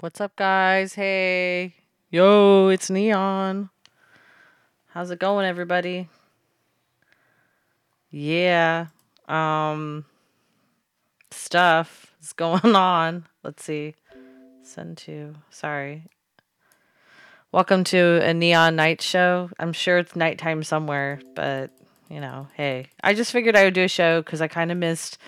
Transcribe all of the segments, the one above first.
What's up, guys? Hey. Yo, it's Neon. How's it going, everybody? Yeah. Um, stuff is going on. Let's see. Send to. Sorry. Welcome to a Neon Night Show. I'm sure it's nighttime somewhere, but you know, hey. I just figured I would do a show because I kind of missed.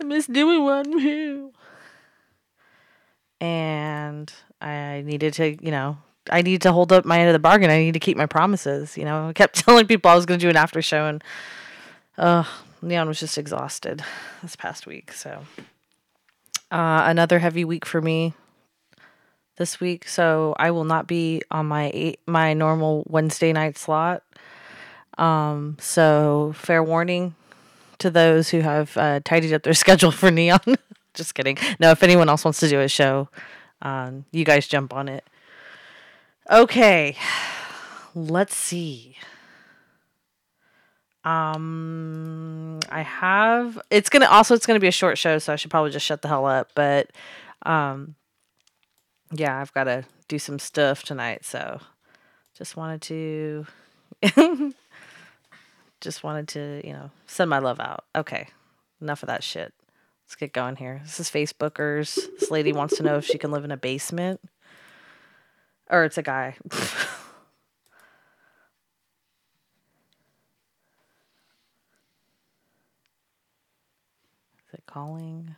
I missed doing one. and I needed to, you know, I need to hold up my end of the bargain. I need to keep my promises. You know, I kept telling people I was going to do an after show, and uh, Neon was just exhausted this past week. So, uh, another heavy week for me this week. So I will not be on my eight, my normal Wednesday night slot. Um, so fair warning to those who have uh, tidied up their schedule for Neon. just kidding. No, if anyone else wants to do a show, um, you guys jump on it. Okay, let's see. Um, I have. It's gonna also. It's gonna be a short show, so I should probably just shut the hell up. But, um, yeah, I've got to do some stuff tonight, so just wanted to. just wanted to, you know, send my love out. Okay, enough of that shit. Let's get going here. This is Facebookers. This lady wants to know if she can live in a basement. Or it's a guy. is it calling?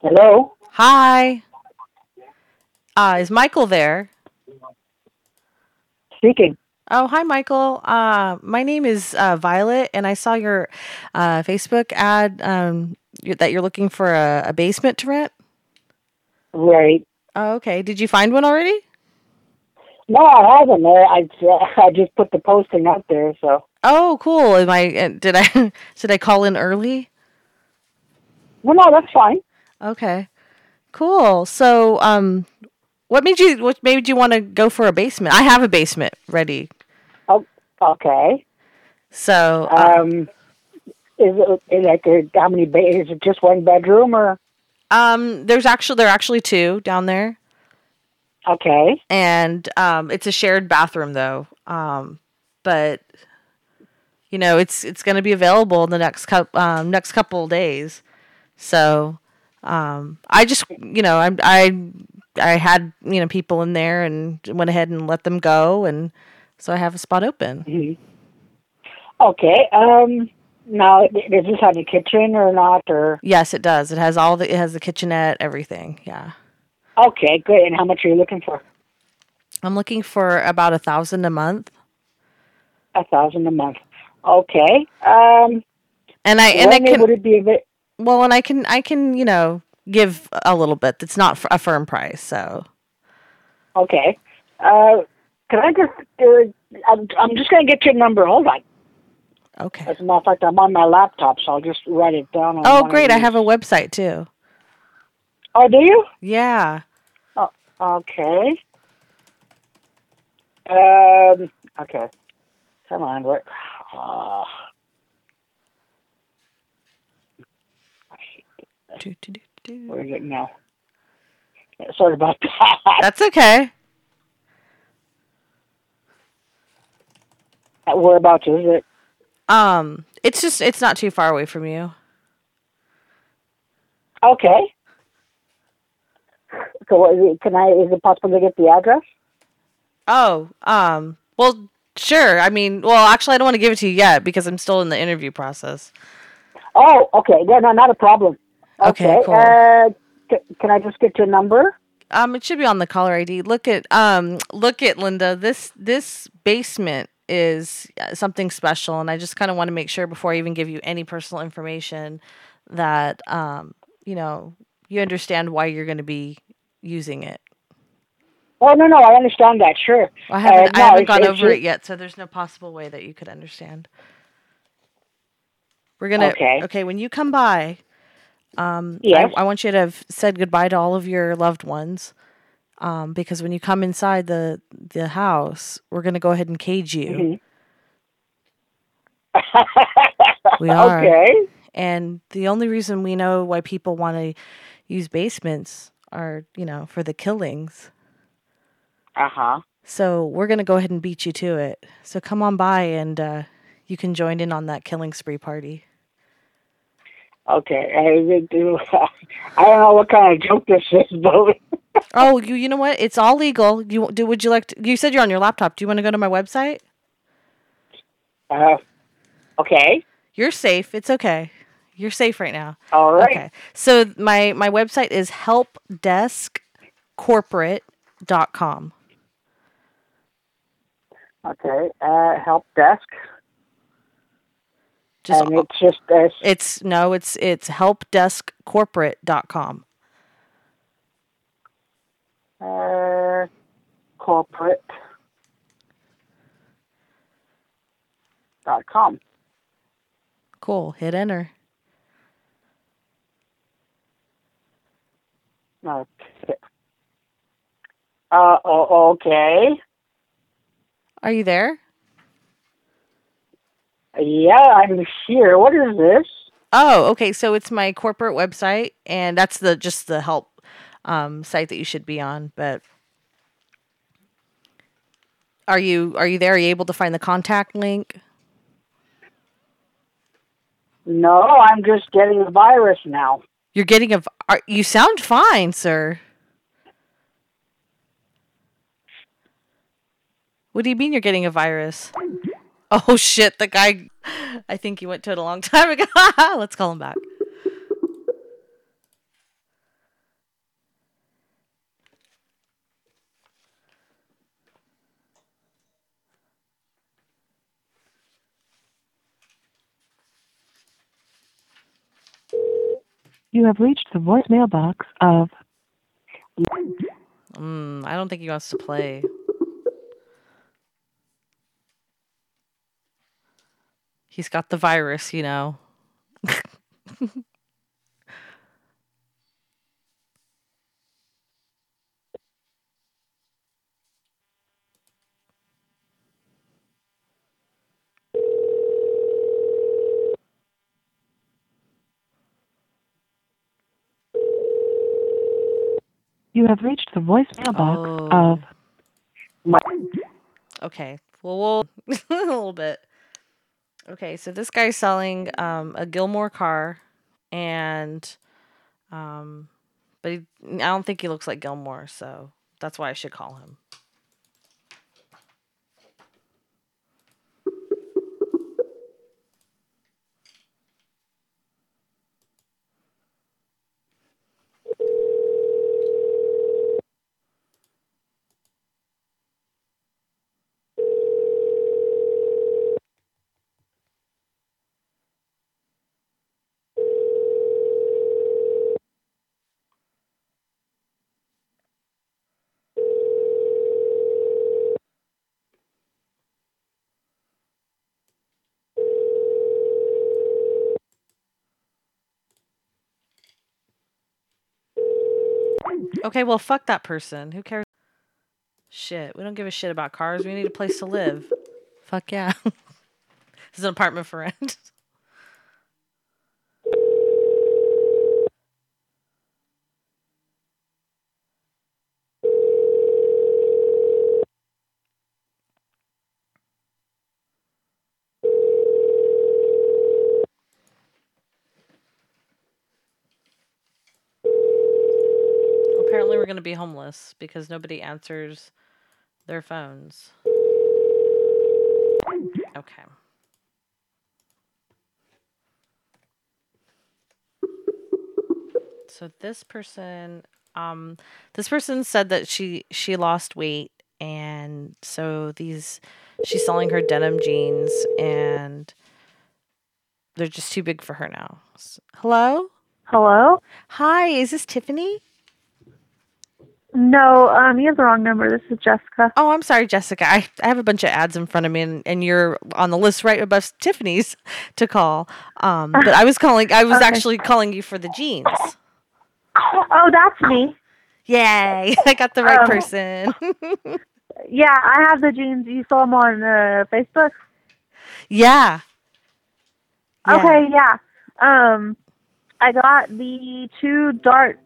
Hello. Hi. Uh, is Michael there? Speaking. Oh, hi, Michael. Uh, my name is uh, Violet, and I saw your uh, Facebook ad um, you that you're looking for a, a basement to rent. Right. Oh, okay. Did you find one already? No, I haven't. I I, I just put the posting out there. So. Oh, cool. Am I? uh, Did I? Did I call in early? Well, no, that's fine. Okay. Cool. So, um, what made you? What made you want to go for a basement? I have a basement ready. Oh, okay. So, uh, Um, is it is like a, how many? Ba- is it just one bedroom or? um, there's actually there are actually two down there. Okay. and um, it's a shared bathroom though. Um, but you know, it's it's going to be available in the next couple um, next couple of days. So um, I just you know I I I had you know people in there and went ahead and let them go, and so I have a spot open. Okay. Um. Now, i- does this have a kitchen or not? Or Yes, it does. It has all the it has the kitchenette, everything. Yeah, okay, good. And how much are you looking for? I'm looking for about a thousand a month. A thousand a month. Okay. Um. And I and I when can would it be? A bit, Well, and I can I can you know give a little bit. That's not f- a firm price, so okay. Uh. Can I just? Uh, I'm, I'm just gonna get your number. Hold on. okay. As a matter of fact, I'm on my laptop, so I'll just write it down. On Oh, one of great! I these. have a website too. Oh, do you? Yeah. Oh, okay. Um. Okay. Come on. What? ah. Do, do, do, do. where is it now? Yeah, Sorry about that. That's okay. Whereabouts is it? Um, it's just it's not too far away from you. Okay. So, what, is it- can I? Is it possible to get the address? Oh, um, well, sure. I mean, well, actually, I don't want to give it to you yet because I'm still in the interview process. Oh, okay. Yeah, no, not a problem. Okay, cool. Uh, c- can I just get your number? Um, it should be on the caller ID. Look at um, look at Linda. This this basement is uh, something special, and I just kind of want to make sure before I even give you any personal information that um, you know, you understand why you're going to be using it. Oh no, no, I understand that. Sure. I haven't Uh, no, I haven't it's- gone it's over ju- it yet, so there's no possible way that you could understand. We're gonna Okay. okay when you come by. Yes. I, I want you to have said goodbye to all of your loved ones, um, because when you come inside the the house, we're gonna go ahead and cage you. we are. Mm-hmm. okay. And the only reason we know why people want to use basements are, you know, for the killings. Uh huh. So we're going to go ahead and beat you to it. So come on by and uh, you can join in on that killing spree party. Okay. I, I don't know what kind of joke this is, but Oh, you you know what? It's all legal. You do would you like to, you said you're on your laptop. Do you want to go to my website? uh, okay. You're safe. It's okay. You're safe right now. All right. Okay. So my my website is helpdeskcorporate.com. Okay. Uh, help desk, Just and it's just uh, It's no, it's it's helpdeskcorporate.com. uh, corporate dot com. Cool. Hit enter. Okay. Uh, o- okay. Are you there? Yeah, I'm here. What is this? Oh, okay. So it's my corporate website and that's the just the help um, site that you should be on, but are you are you there? Are you able to find the contact link? No, I'm just getting the virus now. You're getting a v- are, you sound fine, sir. What do you mean you're getting a virus? Oh shit, the guy I think he went to it a long time ago. Let's call him back. You have reached the voicemail box of Mm, I don't think he wants to play. He's got the virus, you know. You have reached the voicemail box Oh. of Okay. Well, we'll a little bit. Okay, so this guy's selling um, a Gilmore car, and um, but he, I don't think he looks like Gilmore, so that's why I should call him. Okay, well, fuck that person. Who cares? Shit, we don't give a shit about cars. We need a place to live. Fuck yeah. this is an apartment for rent. Apparently, we're going to be homeless because nobody answers their phones. Okay. So this person, um, this person said that she she lost weight, and so these, she's selling her denim jeans, and they're just too big for her now. S- Hello, Hello? hi, is this Tiffany? No, um, you have the wrong number. This is Jessica. Oh, I'm sorry, Jessica. I, I have a bunch of ads in front of me, and, and you're on the list right above Tiffany's to call. Um, but I was calling. I was Uh, Okay. actually calling you for the jeans. Oh, that's me. Yay! I got the right Oh. person. Yeah, I have the jeans. You saw them on uh, Facebook. yeah. Yeah. Okay, yeah. Um, I got the two dark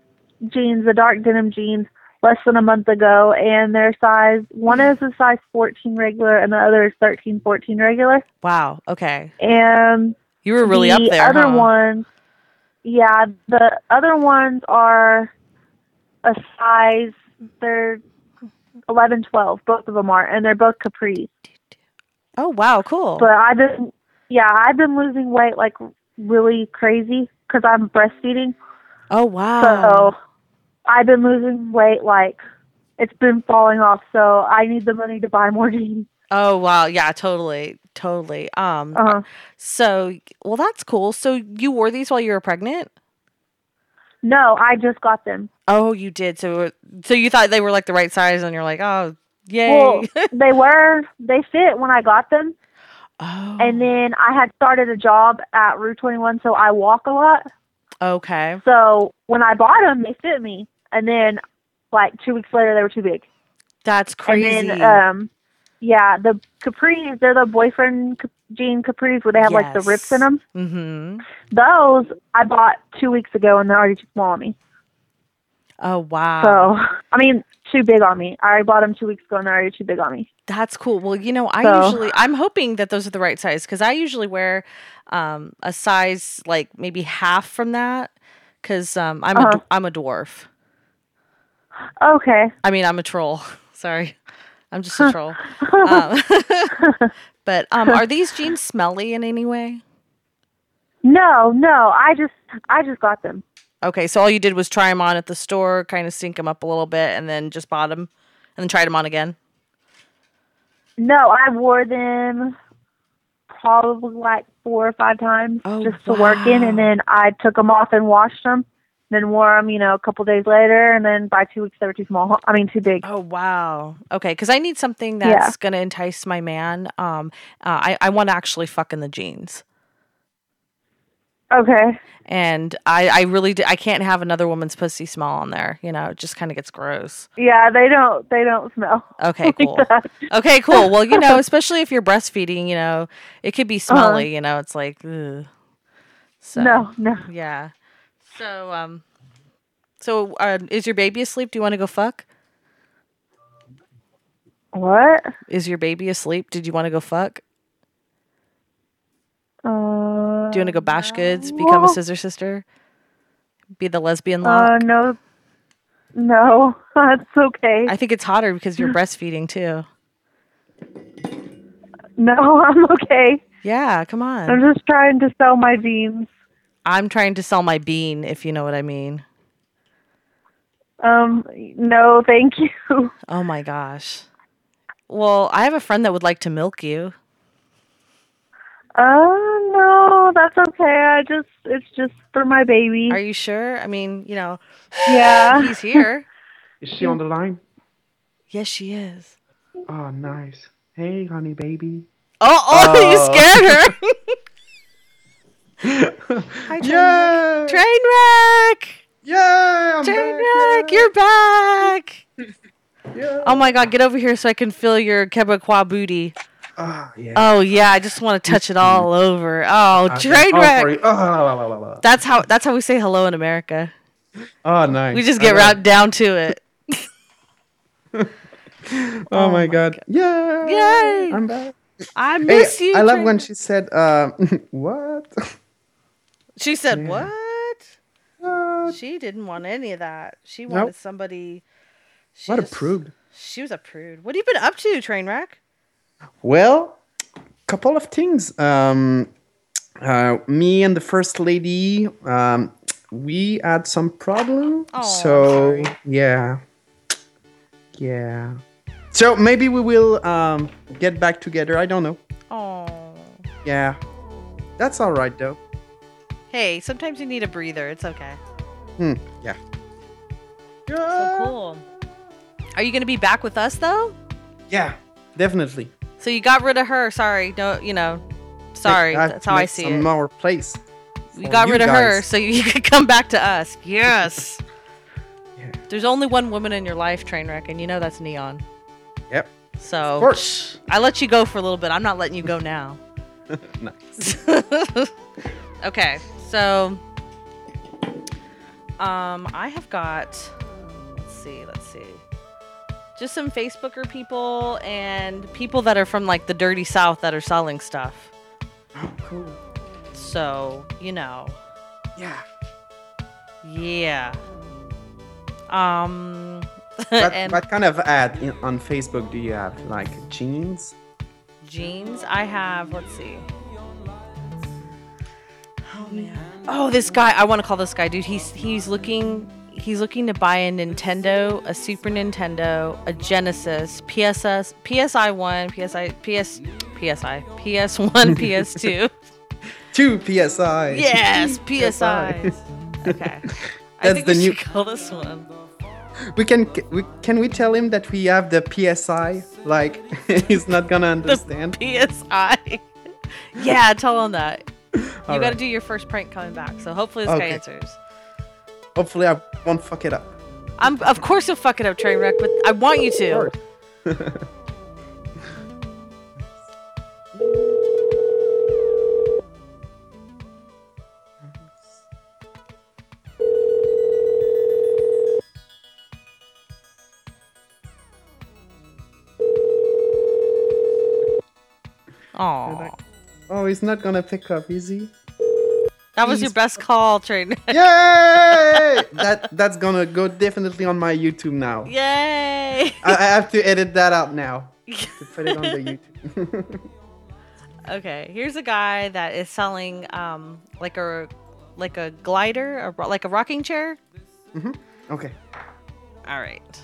jeans, the dark denim jeans, less than a month ago, and they're size. One is a size 14 regular, and the other is 13, 14 regular. Wow. Okay. And You were really the up there. Other huh? ones, yeah, the other ones are a size. They're 11, 12. Both of them are, and they're both capris. Oh wow. Cool. But I've been, yeah, I've been losing weight like really crazy because I'm breastfeeding. oh wow. So I've been losing weight like it's been falling off. So I need the money to buy more jeans. Oh wow. Yeah. Totally. Totally. Um. Uh, So well, that's cool. So you wore these while you were pregnant. no, I just got them. Oh, you did. So, it- so you thought they were like the right size, and you're like, oh, yay. Well, they were they fit when I got them, oh, and then I had started a job at Rue 21, so I walk a lot. okay. So when I bought them, they fit me, and then like two weeks later, they were too big. That's crazy. And then, um, yeah, the capris, they're the boyfriend cap- jean capris where they have like the Yes. rips in them. mm-hmm. Those I bought two weeks ago, and they're already too small on me. Oh wow, So, I mean, too big on me. I already bought them two weeks ago, and they're already too big on me. that's cool. Well, you know, I So- usually I'm hoping that those are the right size because I usually wear um, a size like maybe half from that because um, I'm a Uh-huh. d- I'm a dwarf. Okay. I mean, I'm a troll. Sorry, I'm just a troll. Um, but um, are these jeans smelly in any way? No, no, I just, I just got them. Okay, so all you did was try them on at the store, kind of stink them up a little bit, and then just bought them, and then tried them on again. No, I wore them probably like four or five times Oh, just to work in, and wow. then I took them off and washed them. Then wore them, you know, a couple days later, and then by two weeks they were too small. I mean, too big. Oh wow. Okay, because I need something Yeah. that's gonna entice my man. Um, uh, I I want to actually fuck in the jeans, Okay. and I I really d I can't have another woman's pussy smell on there. You know, it just kind of gets gross. Yeah, they don't, they don't smell. Okay, like cool. that. Okay, cool. Well, you know, especially if you're breastfeeding, you know, it could Uh-huh. be smelly. You know, it's like, ugh. so No, no. yeah. So um, so uh, is your baby asleep? Do you want to go fuck? What? Is your baby asleep? Did you want to go fuck? Uh, Do you want to go bash goods? Become a no. scissor sister? Be the lesbian lock? Uh, no, no, that's okay. I think it's hotter because you're breastfeeding too. no, I'm okay. Yeah, come on. I'm just trying to sell my jeans. I'm trying to sell my bean, if you know what I mean. Um, no, thank you. Oh my gosh. Well, I have a friend that would like to milk you. Oh no, that's okay. I just, it's just for my baby. Are you sure? I mean, you know, yeah. he's here. Is she on the line? Yes, she is. Oh, nice. Hey, honey, baby. Oh, oh, you scared her. Hi, Train Yay! Train wreck. Yay! I'm Train back! wreck. You're back. Yay! Oh my God. Get over here so I can feel your Quebecois booty. Ah, yeah. Mm-hmm. Oh yeah, I just want to touch it all over. Oh, I- train oh, wreck. sorry. Ah, la, la, la, la. That's how that's how we say hello in America. Ah, nice. We just I get love right down to it. it. Oh, my God. Yeah. Yay! I'm back. I Hey, miss you. I love train when wreck. she said, um, what? Uh, she said Yeah. what? what? She didn't want any of that. She Nope. wanted somebody. She What a just- prude. She was a prude. What have you been up to, train wreck? Well, couple of things. Um, uh, me and the first lady, um, we had some problem. Oh, I'm so sorry. yeah, yeah. So maybe we will um, get back together. I don't know. Oh. Yeah, that's all right though. Hey, sometimes you need a breather. It's okay. Hmm. Yeah. So cool. Uh, Are you going to be back with us though? Yeah, definitely. So you got rid of her. Sorry. No, you know. Sorry. I have That's to how I make see some it. more place. You for got you rid of her guys. so you could come back to us. Yes. Yeah. There's only one woman in your life, train wreck, and you know that's Neon. Yep. So Of course. I let you go for a little bit. I'm not letting you go now. Nice. okay, so um, I have got. Let's see. Let's see. Just some Facebooker people and people that are from like the dirty South that are selling stuff. Oh, cool. So you know, Yeah. yeah. Um, What, and what kind of ad in, on Facebook do you have? Like jeans? jeans. I have, let's see. Oh man. Oh, this guy. I want to call this guy, dude. He's he's looking he's looking to buy a Nintendo, a Super Nintendo, a Genesis, PSS, PSI one, PSI, PS, PSI, PS one, PS two. Two PSI. Yes, PSI. Okay. I That's think the we new- should call this one. We can we, can we tell him that we have the PSI? Like he's not gonna understand. PSI. yeah, tell him that. You All got to right. do your first prank coming back. So hopefully this guy Okay. answers. Hopefully I won't fuck it up. I'm of course you'll fuck it up, train wreck, but I want you to. course. Aw. Oh, he's not gonna pick up, is he? That was your best call, train wreck. Yay! that that's gonna go definitely on my YouTube now. Yay! I, I have to edit that out now to put it on the YouTube. Okay, here's a guy that is selling um like a like a glider, a, ro- like a rocking chair. okay. All right.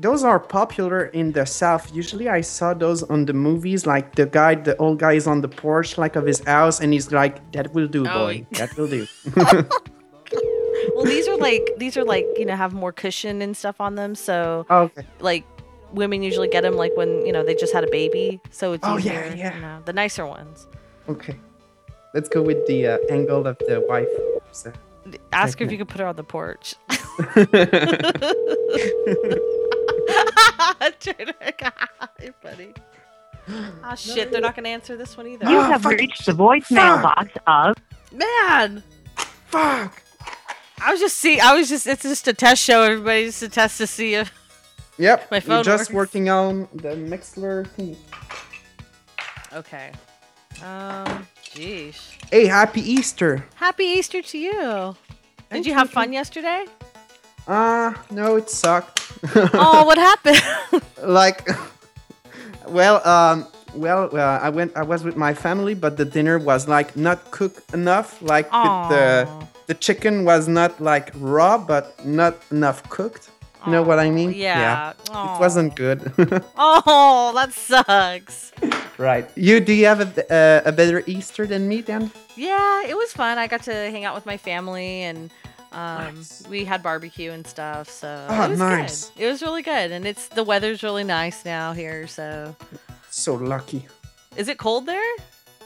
Those are popular in the south. Usually I saw those on the movies, like the guy, the old guy is on the porch like of his house and he's like, That will do, Oh, boy. That will do. Well, these are like these are like, you know, have more cushion and stuff on them, so okay. like women usually get them like when, you know, they just had a baby, so it's Oh, yeah, easier, yeah. you know, the nicer ones. Okay. Let's go with the uh, angle of the wife. So- Ask her if Technique. you could put her on the porch. You're funny. Oh shit, they're not gonna answer this one either. You Ah, have fuck. reached the voicemail box of. Man, Fuck! I was just see, I was just it's just a test show. Everybody just a test to see if Yep. My we're phone works. just working on the Mixler thing. okay. Um, jeez. Hey, happy Easter! Happy Easter to you. Did Thank you have fun yesterday? Ah, no, it sucked. Oh, what happened? like well um well uh, i went i was with my family but the dinner was like not cooked enough like with uh, Aw. the the chicken was not like raw but not enough cooked you know what i mean yeah. it wasn't good Oh, that sucks. right you do you have a, uh, a better easter than me then Yeah, it was fun. I got to hang out with my family and um, Nice. we had barbecue and stuff. So Oh, it was nice. good. It was really good, and it's the weather's really nice now here. So so lucky is it cold there?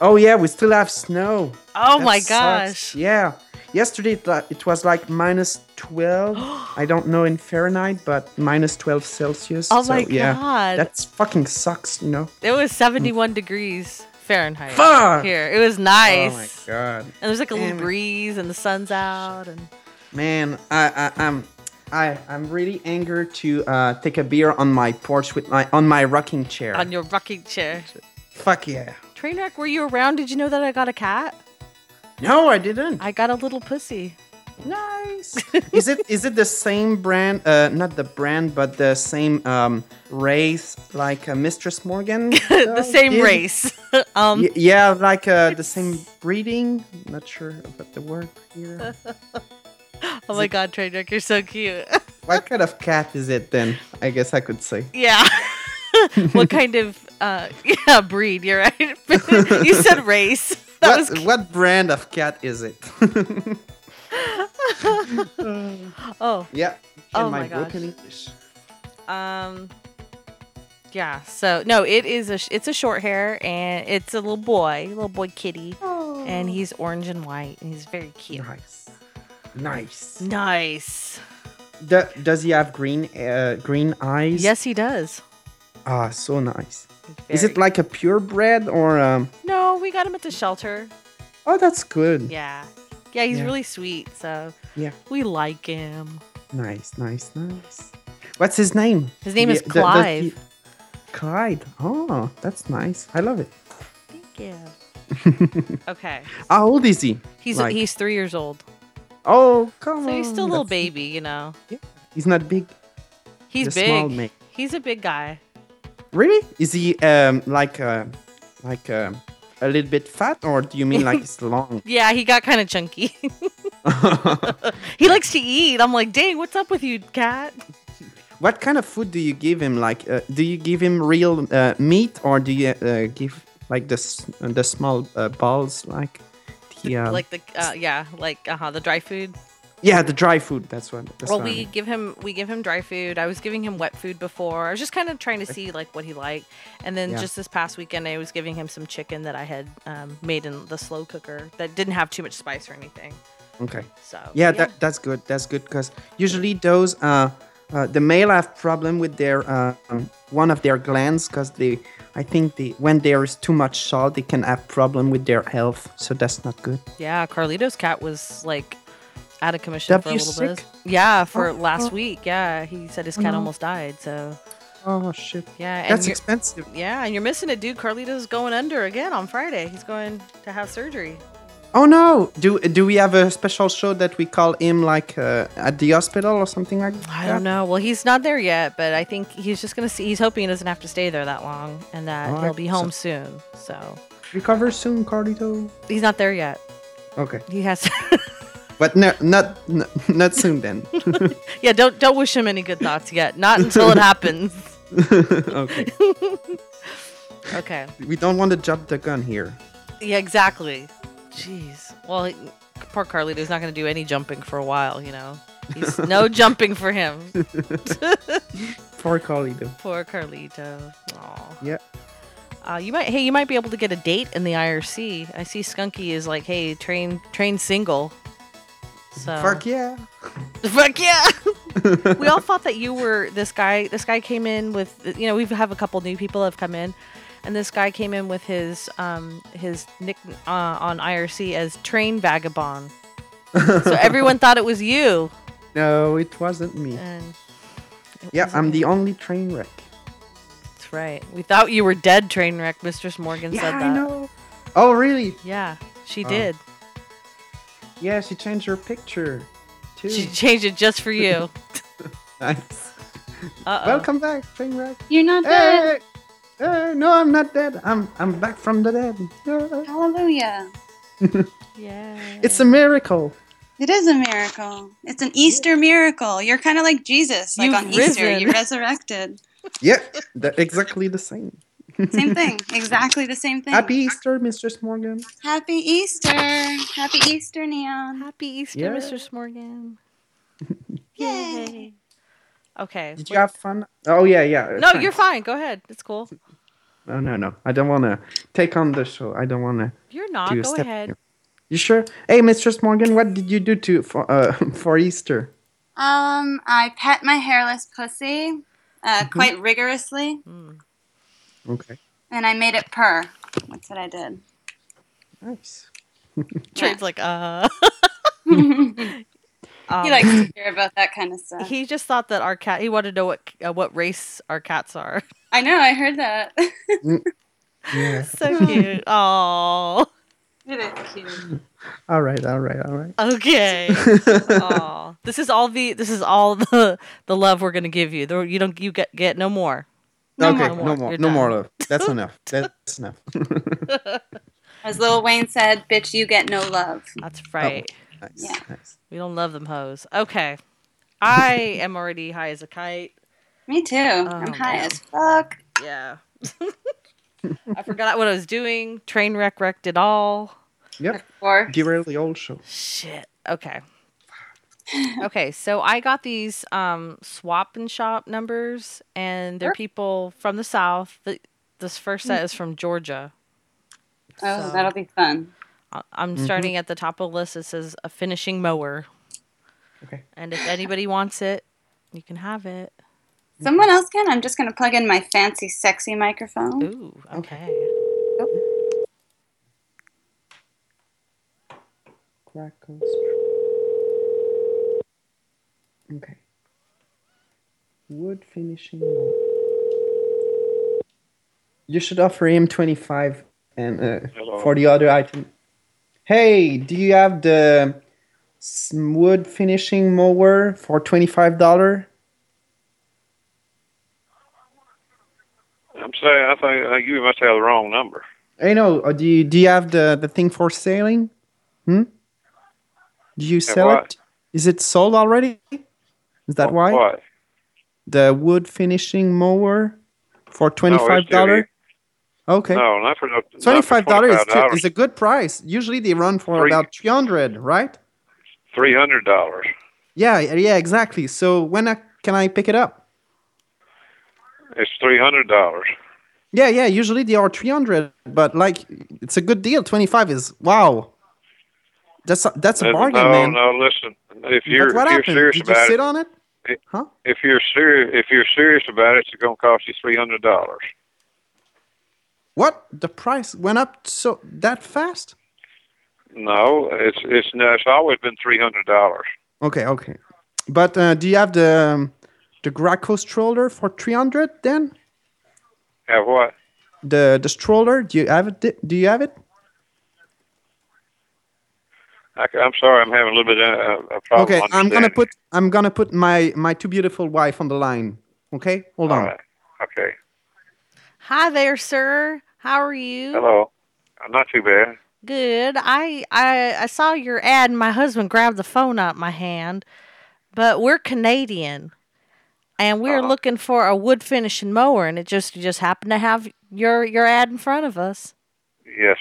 oh yeah we still have snow Oh That my sucks. gosh! yeah yesterday it, li- it was like minus 12 i don't know in fahrenheit but minus 12 celsius Oh so, my yeah. god! That's fucking sucks, you know. it was 71 degrees Fahrenheit Fuck! here. It was nice, Oh my god, and there's like a Damn little it. breeze, and the sun's out, and man, I, I I'm I I'm really angry to uh, take a beer on my porch with my on my rocking chair. on your rocking chair. Fuck yeah. Train wreck, were you around? Did you know that I got a cat? No, I didn't. I got a little pussy. nice. is it is it the same brand? Uh, not the brand, but the same um race like uh, Mistress Morgan. the same race. um, Y- yeah, like uh, the same breeding. Not sure about the word here. Oh my god, Trainwreck, you're so cute. what kind of cat is it then? I guess I could say. yeah. what kind of uh yeah, breed, you're right. you said race. That What, was cute. what brand of cat is it? Oh, yeah. Oh in my broken oh. gosh. English. Um, yeah. So no, it is a sh- it's a short hair and it's a little boy, little boy kitty, and he's orange and white and he's very cute. Nice. Nice. Nice. Do, does he have green uh, green eyes? Yes, he does. Ah, so nice. Is Very- it like a purebred or um No, we got him at the shelter. Oh, that's good. Yeah. Yeah, he's Yeah. really sweet. So Yeah. we like him. Nice, nice, nice. What's his name? His name is the- the- Clive. he- Clyde. Oh, that's nice. I love it. Thank you. okay. How old is he? He's Like- he's three years old, Oh, come on. so he's still a little that's- baby. You know, He's not big. he's The small big. man. He's a big guy. Really? Is he um like uh like um a little bit fat or do you mean like it's long? Yeah, he got kind of chunky. he likes to eat. I'm like, dang, what's up with you, cat? what kind of food do you give him? Like, uh, do you give him real uh, meat or do you uh, give like the s- the small uh, balls? Like, the, um, Like the uh, yeah, like uh huh, the dry food. yeah, the dry food. That's what. That's well, what I we mean. give him we give him dry food. I was giving him wet food before. I was just kind of trying to see like what he liked, and then Yeah. just this past weekend, I was giving him some chicken that I had um, made in the slow cooker that didn't have too much spice or anything. Okay. So Yeah, That, that's good. That's good because usually those uh, uh, the male have problem with their uh, um, one of their glands because they I think they when there is too much salt they can have problem with their health. So that's not good. Yeah, Carlito's cat was like out of commission That for a be little bit. sick? Yeah, for Oh, last oh. week. Yeah, he said his cat almost died. So Oh shit. yeah, and That's you're, expensive. yeah, and you're missing it, dude. Carlito's going under again on Friday. He's going to have surgery. Oh no! Do do we have a special show that we call him like uh, at the hospital or something like? I that? don't know. Well, he's not there yet, but I think he's just gonna see. He's hoping he doesn't have to stay there that long, and that Oh, I he'll be hope home so. soon. So Recover soon, Carlito. he's not there yet. Okay, He has. but no, not no, not soon then. yeah, don't don't wish him any good thoughts yet. Not until it happens. okay, Okay. we don't want to jump the gun here. Yeah, exactly. Jeez. Well, he- poor Carlito's not going to do any jumping for a while, you know. He's no jumping for him. For Carlito. Poor Carlito. Aw. Yeah. Uh, you might. Hey, you might be able to get a date in the IRC. I see Skunky is like, hey, train, train single. So. Fuck yeah. Fuck yeah! we all thought that you were this guy. This guy came in with you know we have a couple new people have come in, and this guy came in with his um his nick uh, on IRC as Train Vagabond. so everyone thought it was you, No, it wasn't me. and it yeah, wasn't I'm the you. only train wreck. That's right. We thought you were dead, train wreck. Mistress Morgan yeah, said that. I know. Oh really? Yeah, she Oh. did. Yeah, she changed her picture too. She changed it just for you. nice. Uh oh. Welcome back, train wreck. You're not dead. Hey! Hey, no, I'm not dead. I'm I'm back from the dead. Yeah. Hallelujah. Yeah. It's a miracle. It is a miracle. It's an Easter miracle. You're kind of like Jesus, like You've on Easter, risen. you resurrected. Yeah, that, exactly the same. Same thing. Exactly the same thing. Happy Easter, Mistress Morgan. Happy Easter. Happy Easter, Neon. Happy Easter, Yeah. Mistress Morgan. Yay. Okay. Did you have fun? Oh yeah, yeah. No, thanks. you're fine. Go ahead. It's cool. No, no, no. I don't want to take on the show. I don't want to You're not. do a Go step. ahead. here. You sure? Hey, Mistress Morgan, what did you do to for uh, for Easter? Um, I pet my hairless pussy uh, Mm-hmm. quite rigorously, Mm. Okay, and I made it purr. That's what I did. nice. Trade's like, uh. um, he likes to hear about that kind of stuff. he just thought that our cat. He wanted to know what uh, what race our cats are. I know. I heard that. it Yeah. so cute. Oh. is cute. All right, all right, all right. Okay. Aw. This is all the. This is all the the love we're gonna give you. There, you don't. You get get no more. No okay, more. no You're more, no done. more love. That's enough. That's enough. As Lil Wayne said, "Bitch, you get no love." That's right. nice, Yeah. nice. We don't love them hoes. Okay. I am already high as a kite. Me too. I'm high man. as fuck. Yeah. I forgot what I was doing. Train wreck wrecked it all. Yep, Or derail the old show. Shit. Okay. Okay, so I got these um, swap and shop numbers, and they're Sure. people from the South. The, this first set is from Georgia. Oh, So- that'll be fun. I- I'm starting at the top of the list. It says a finishing mower. Okay. And if anybody wants it, you can have it. Someone else can. I'm just going to plug in my fancy, sexy microphone. Ooh, okay. Crackles. Okay. Wood finishing. wall. You should offer him 25 and uh, Hello. for the other item. Hey, do you have the s- wood finishing mower for $25? I'm saying I think I think you must have the wrong number. I know. uh, Do you, do you have the, the thing for selling? Hmm? Do you sell what? it? Is it sold already? Is that why? What? the wood finishing mower for No, twenty it's five still dollar. here. Okay, No, not for no. not for twenty five dollar is, $25. is a good price. Usually they run for Three. about three hundred, right? three hundred dollars. Yeah, yeah, exactly. So when I, can I pick it up? It's three hundred dollars. Yeah, yeah. Usually they are three hundred, but like it's a good deal. Twenty five is wow. That's a, that's a bargain, no, man. no, listen. If But you're what if you're happened? serious Did you about sit it, on it? if you're serious if you're serious about it, it's gonna cost you three hundred dollars. What? The price went up so that fast? No, it's it's no, it's always been three hundred dollars. Okay, okay. But uh, do you have the um, the Graco stroller for three hundred then? Have what? the the stroller do you have it do you have it I, am sorry, I'm having a little bit of uh, a- a problem. okay i'm gonna understanding. put i'm gonna put my my too beautiful wife on the line okay hold All on right. Okay. Hi there, sir. How are you? Hello. I'm not too bad. Good. I, I I saw your ad, and my husband grabbed the phone out of my hand. But we're Canadian, and we're Uh-huh. looking for a wood finishing mower, and it just you just happened to have your your ad in front of us. Yes,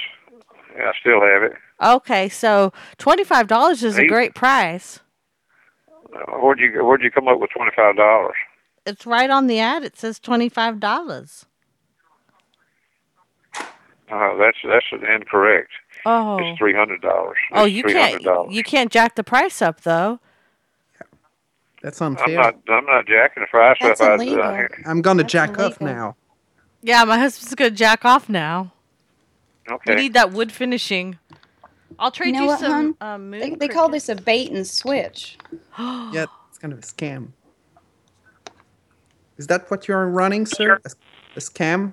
I still have it. Okay, so twenty five dollars is a Hey. great price. Uh, Where'd you Where'd you come up with twenty five dollars? It's right on the ad. It says twenty five dollars. Uh, that's that's incorrect. Oh, It's three hundred dollars. oh, you can't you can't jack the price up though. that's I'm unfair not. I'm not jacking the price That's up. illegal. I, i'm gonna That's jack off illegal. now Yeah, my husband's gonna jack off now. I, We okay. need that wood finishing. I'll trade you, know what, some uh, moon. They, they call crickets. this a bait and switch. yeah it's kind of a scam is that what you're running sir a, a scam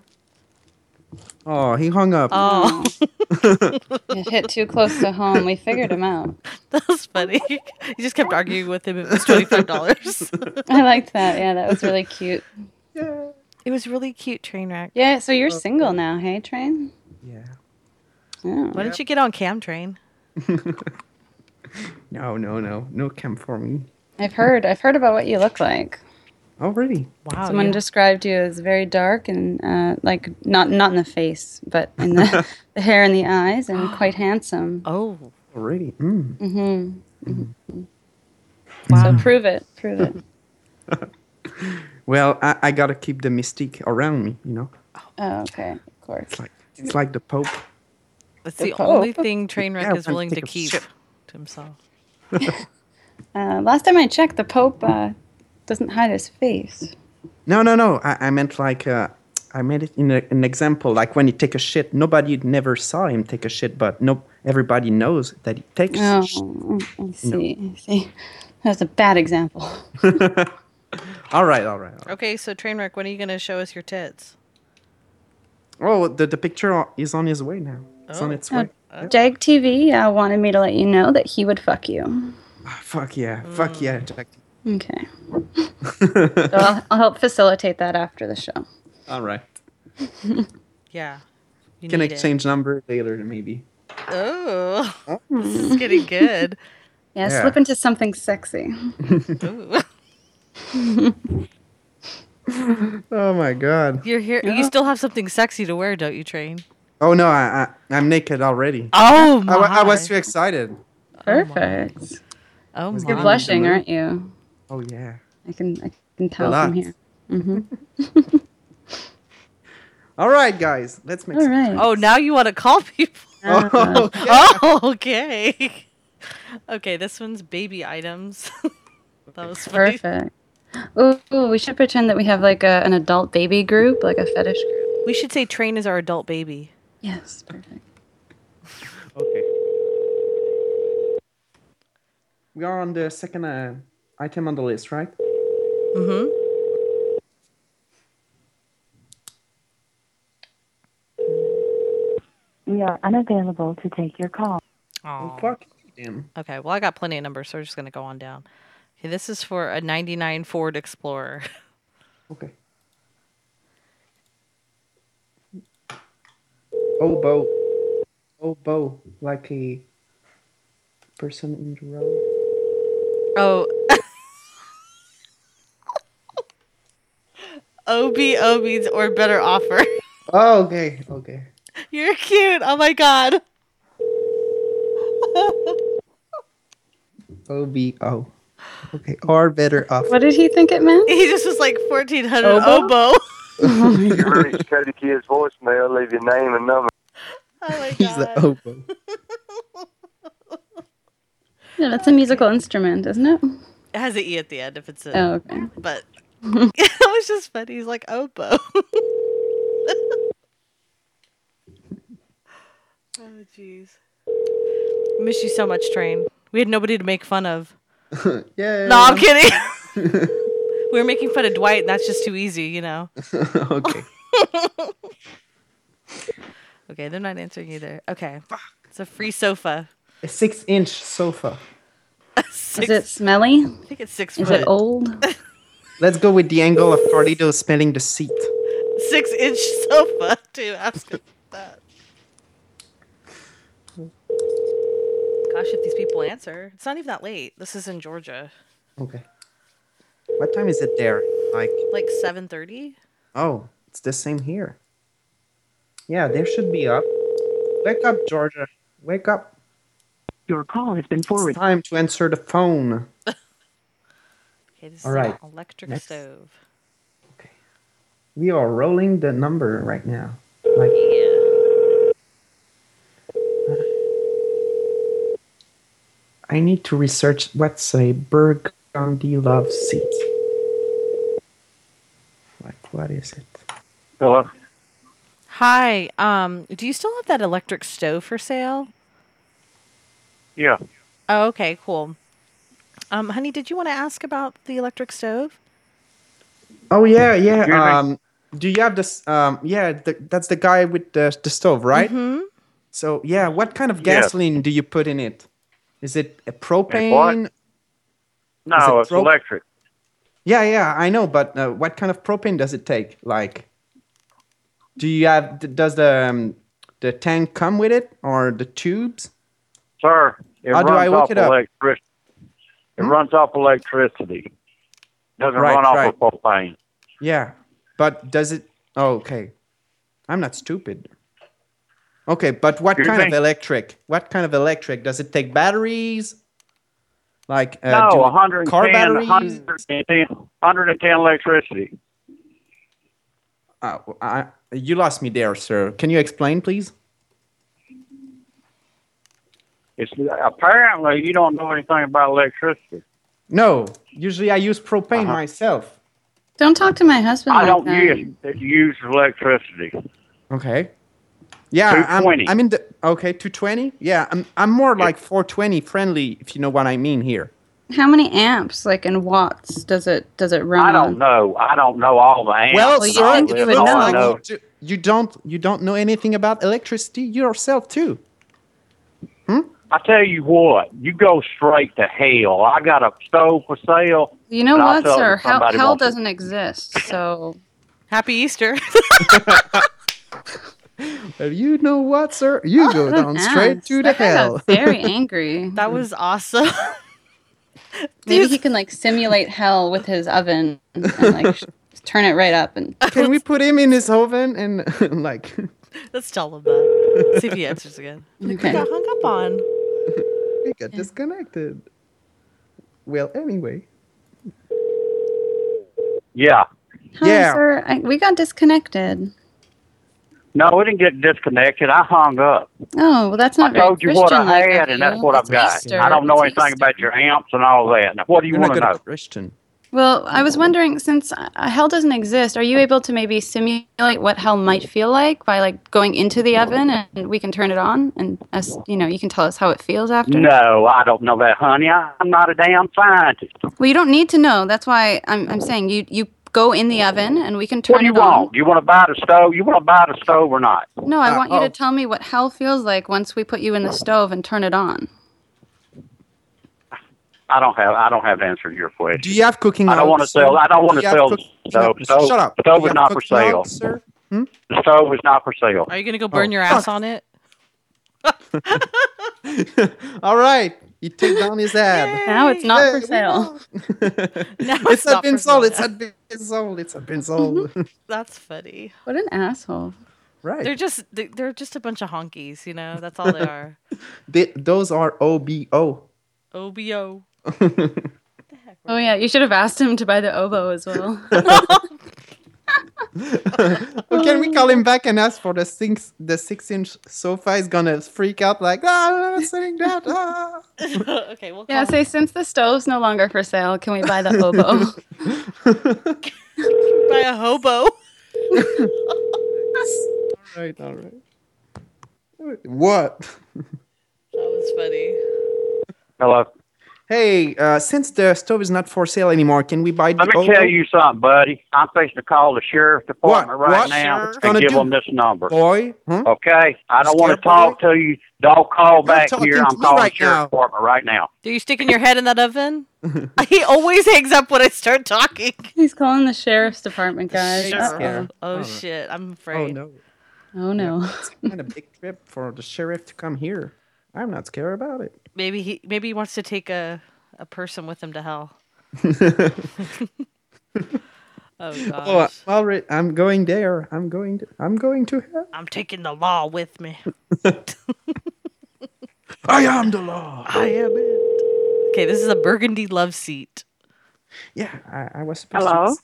oh he hung up Oh, It Oh. hit too close to home. We figured him out. that was funny. you just kept arguing with him. It was twenty five dollars. I liked that. Yeah, that was really cute. yeah it was really cute, train wreck. Yeah, so you're single now, hey, Train? Oh, yeah Yeah. Why don't you get on cam train? no no no no cam for me I've heard. I've heard about what you look like. oh really Wow. Someone yeah. described you as very dark and uh, like not not in the face, but in the, the hair and the eyes, and quite handsome. Oh, oh really mm. Mm-hmm. wow. So prove it. Prove it. well I, I gotta keep the mystique around me you know Oh, okay. Of course. it's like it's like the pope That's the Oh. only thing Trainwreck Yeah, is I'm willing to thinking keep shit. to himself. Uh, last time I checked, the Pope uh, doesn't hide his face. No, no, no. I, I meant like uh, I made it in a, an example, like when he take a shit. Nobody never saw him take a shit, but no, everybody knows that he takes. Oh, shit. I see. I see. That's a bad example. All right, all right. all right. Okay, so Trainwreck, when are you gonna show us your tits? Oh, the, the picture is on his way now. It's on Oh. its way. Jag TV uh, wanted me to let you know that he would fuck you. Ah, fuck yeah, Mm. fuck yeah, Jack. Okay. so I'll, I'll help facilitate that after the show. All right. Yeah. You Can need it. exchange number later, maybe. Oh, this is getting good. Yeah, Yeah. slip into something sexy. Ooh. Oh my god. You're here. You still have something sexy to wear, don't you, Train? Oh no, I, I I'm naked already. Oh I, wa- I was too excited. Perfect. Oh my. You're blushing, aren't you? Oh yeah. I can I can tell from Relax. here. hmm All right, guys, let's make. All some- right. Oh, now you want to call people? Oh, okay. Oh, okay. okay, this one's baby items. that was funny. Perfect. Ooh, ooh, we should pretend that we have like a, an adult baby group, like a fetish group. We should say train is our adult baby. Yes, perfect. okay. We are on the second uh, item on the list, right? Mm-hmm. We are unavailable to take your call. Oh, fuck him. Okay, well, I got plenty of numbers, so we're just going to go on down. Okay, this is for a 99 Ford Explorer. Okay. Oh, bow. Oh, bow. Like a person in the road. Oh. OB OBs or better offer. Oh, okay. Okay. You're cute. Oh my god. O B O. Okay. Or better off. What did he think it meant? He just was like 1400 oboe. You really cut the kid's voicemail, leave your name and number. Oh my god. He's the oboe. Yeah, that's a musical instrument, isn't it? It has an E at the end if it's a. Oh, okay. But it was just funny. He's like oboe. oh Oh, jeez. Miss you so much, train. We had nobody to make fun of. Yeah. No, I'm kidding. we were making fun of Dwight, and that's just too easy, you know. okay. Okay, they're not answering either. Okay. It's a free sofa. A six inch sofa. Is Six, it smelly? I think it's six Is foot. it old? Let's go with the angle of Tornado smelling the seat. Six inch sofa to ask about that. Gosh, if these people answer, it's not even that late. This is in Georgia, Okay. What time is it there? Like, like seven thirty. oh, it's the same here. Yeah, they should be up. Wake up, Georgia. Wake up. Your call has been It's forwarded. time to answer the phone. Okay, this All is an right, electric next. stove. We are rolling the number right now. Like, Yeah. I need to research what's a burgundy love seat. Like, what is it? Hello? Hi. Um, do you still have that electric stove for sale? Yeah. Oh, okay, cool. Um, honey, did you want to ask about the electric stove? Oh yeah, yeah. You're right. Um, do you have this? Um, yeah, the, that's the guy with the, the stove, right? Hmm. So yeah, what kind of Yeah. gasoline do you put in it? Is it a what? propane? No, it it's broke? electric. Yeah, yeah, I know, but uh, what kind of propane does it take? Like, do you have? d- Does the um, the tank come with it or the tubes? Sir, it How runs do I look off it up? electricity. It runs off electricity. Doesn't Right, run off right. of propane. Yeah, but does it? Oh, okay, I'm not stupid. Okay, but what Excuse kind of me? electric? What kind of electric? Does it take batteries? Like uh, no, do- 110, car batteries? 110, 110 electricity. Uh, I, you lost me there, sir. Can you explain, please? It's apparently you don't know anything about electricity. No, usually I use propane Uh-huh. myself. Don't talk to my husband I like don't that. use use electricity. Okay. Yeah, I'm, 220. I'm in the okay 220. Yeah, I'm I'm more like 420 friendly, if you know what I mean here. How many amps, like in watts, does it does it run? I don't on? know. I don't know all the answers. Mm. Well, you sir, think it you would looks know. like No. you, do, you don't you don't know anything about electricity yourself too. I tell you what, you go straight to hell. I got a stove for sale. You know But I'll what, tell sir? if Hell, somebody hell wants it. doesn't exist, so Happy Easter. Uh, You know what, sir? You go down straight Ass. to the That guy got hell. Very angry. that was awesome. Maybe he can like simulate hell with his oven and, like sh- turn it right up and Oh Can we put him in his oven and like? Let's tell him that. See if he answers again. Like, we Okay. got hung up on. He got disconnected. will anyway. Yeah. Hi, Yeah. sir. I, we got disconnected. No, we didn't get disconnected. I hung up. Oh, well, that's I not very told you Christian what I like had, and that's what I've got. Easter. I don't know It's anything Easter. about your amps and all that. Now, what do you You're want not to good know? at Christian. Well, I was wondering, since uh, hell doesn't exist, are you able to maybe simulate what hell might feel like by like going into the oven and we can turn it on and us, you know, you can tell us how it feels after? No, I don't know that, honey. I- I'm not a damn scientist. Well, you don't need to know. That's why I'm I'm saying you you go in the oven and we can turn What do you it on. want? You want to buy the stove? You want to buy the stove or not? No, I Uh, want you oh. to tell me what hell feels like once we put you in the stove and turn it on. I don't have. I don't have the answer to your question. Do you have cooking? I don't wanna oil, sell- I don't Do wanna you have sell cooking stove. oil? Stove- Shut up. stove Do you is have not for cooking sale. oil, sir? the stove is not for sale. Are you gonna go burn Oh, your ass fuck. on it? All right. You take down his ad. Now it's not Hey, for we sale. it's not had been for sold. sale. It's had been sold. It's had been sold. That's funny. What an asshole. right. They're just they- they're just a bunch of honkies, you know. That's all they are. They- those are OBO. OBO. Oh yeah, you should have asked him to buy the oboe as well. Well, can we call him back and ask for the six the six inch sofa? He's gonna freak out like ah, I'm not selling that. Ah. okay, well. yeah, say since the stove's no longer for sale, can we buy the oboe? by a hobo. all right, all right. What? That was funny. Hello. Hey, uh, since the stove is not for sale anymore, can we buy the Let me old tell one? you something, buddy. I'm fixing to call the sheriff's department Oh, What? right What? now Sheriff? Gonna and give do- Oh. them this number. boy? Huh? Okay, I don't want to Scared, talk to you. Don't call back talking here. to I'm me calling right the sheriff's now. department right now. Are you sticking your head in that oven? he always hangs up when I start talking. He's calling the sheriff's department, guys. Sure. Uh-oh. Sheriff. Oh All right. shit, I'm afraid. Oh no, Oh no. it's kind of big trip for the sheriff to come here. I'm not scared about it. Maybe he maybe he wants to take a a person with him to hell. oh gosh. Oh, I'm already, I'm going there. I'm going. To, I'm going to hell. I'm taking the law with me. I am the law. I am it. Okay, this is a burgundy love seat. Yeah, I, I was supposed Hello? to.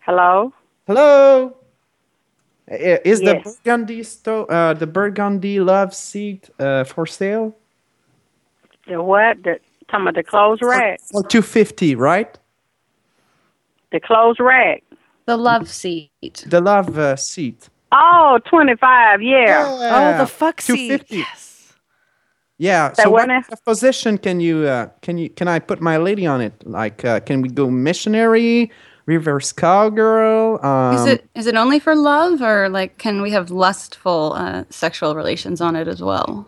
Hello? Hello. Eh, Is Yes. the Burgundy sto- uh, the Burgundy love seat uh, for sale The what? The talking about the clothes rack. for two fifty? Right. The clothes rack. The love seat. The love uh, seat. Oh, twenty-five. Yeah. Oh, the fuck seat. 250. Yes. yeah. That So what one- kind of position can you uh, can you can I put my lady on it? Like, uh, can we go missionary, reverse cowgirl? Um, Is it is it only for love or like can we have lustful uh, sexual relations on it as well?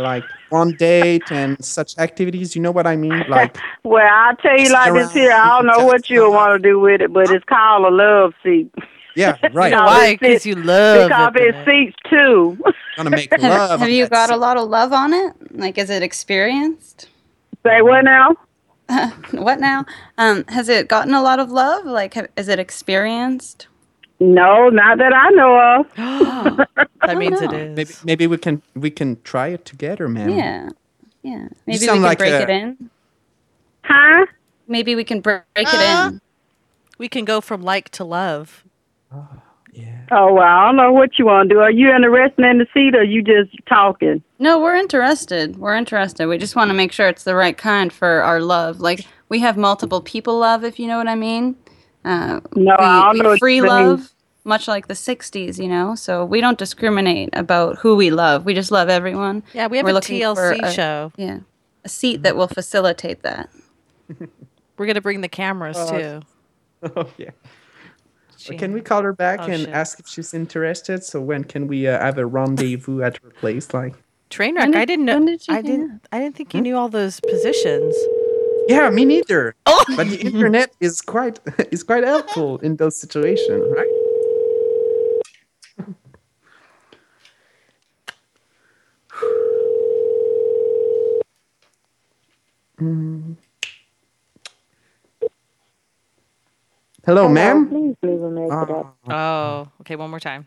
like one date and such activities? You know what I mean? Like, Well, I'll tell you like this here. I don't know what you'll want to do with it, but it's called a love seat yeah, right. No, Why? it's- Because you love because it, it seats two. Gonna make Have, love. have on you that got seat. a lot of love on it? Like is it experienced? Say what now? What now? Um, has it gotten a lot of love? Like ha is it experienced? No, not that I know of. Oh, That means it know. is. Maybe maybe we can we can try it together, man. yeah. Yeah. Maybe we sound can like break a- it in. Huh? Maybe we can break it in. We can go from like to love. Yeah. Oh well, I don't know what you want to do. Are you interested in the seat, or you just talking? No, we're interested. We're interested. We just want to make sure it's the right kind for our love. Like we have multiple people love, if you know what I mean. Uh, No, I don't we, know. we what free you mean. love, much like the '60s, you know. So we don't discriminate about who we love. We just love everyone. Yeah, we have We're a looking for TLC a- show. Yeah, a seat that will facilitate that. We're gonna bring the cameras too. Oh yeah. She- Can we call her back Oh, and shit. ask if she's interested? So when can we uh, have a rendezvous at her place? Like, Trainwreck. I didn't know. when did you I hang didn't. I didn't think you knew all those positions. yeah, me neither. Oh. But the internet is quite is quite helpful in those situations, right? Mm. Hello, ma'am. Please leave a message. Uh, Oh, okay. One more time.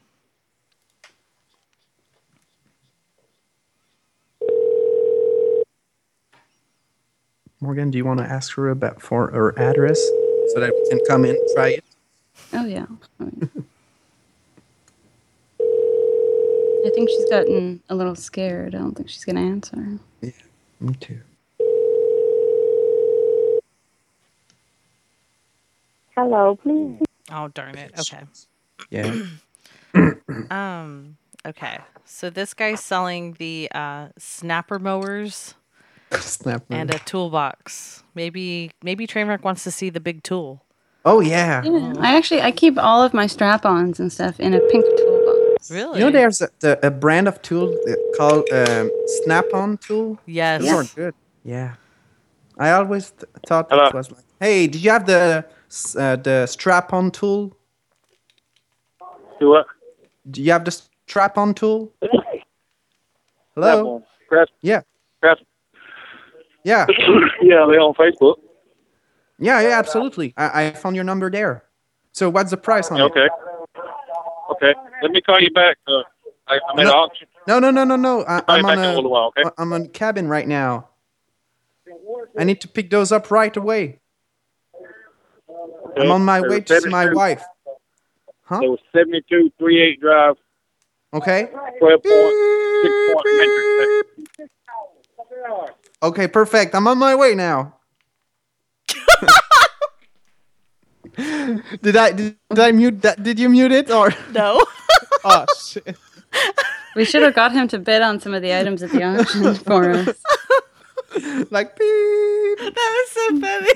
Morgan, do you want to ask her about for her address so that we can come in try it? Oh yeah. I think she's gotten a little scared. I don't think she's gonna answer. Me too. Hello, please. Oh darn it. Okay. Yeah. Um. Okay. So this guy's selling the uh, snapper mowers Snap. and a toolbox. Maybe maybe Trainwreck wants to see the big tool. oh yeah. Yeah, I actually I keep all of my strap-ons and stuff in a pink toolbox. Really? You know, there's a, the, a brand of tool uh, called um, Snap-on tool. Yes. Those are good. Yeah. I always th- thought Hello. it was like, hey, did you have the s- uh, the strap-on tool? Do what? Do you have the strap-on tool? Hello. Crap. Yeah. Crap. Yeah. yeah, they on Facebook. Yeah. Yeah. Absolutely. I, I found your number there. So what's the price on it? Okay. Okay. Let me call you back. Uh, I, I'm at No. auction. No, no, no, no, no. Call I, you I'm back on in a a, little while. Okay. I- I'm on cabin right now. I need to pick those up right away. I'm on my There way was to see my 72 wife. Huh? There was 72 38 drive, Okay. 12 point, 6 point metric. Okay, perfect. I'm on my way now. did I did, I mute that? Did you mute it or? No. Oh shit! We should have got him to bid on some of the items at the auction for us. Like beep. that was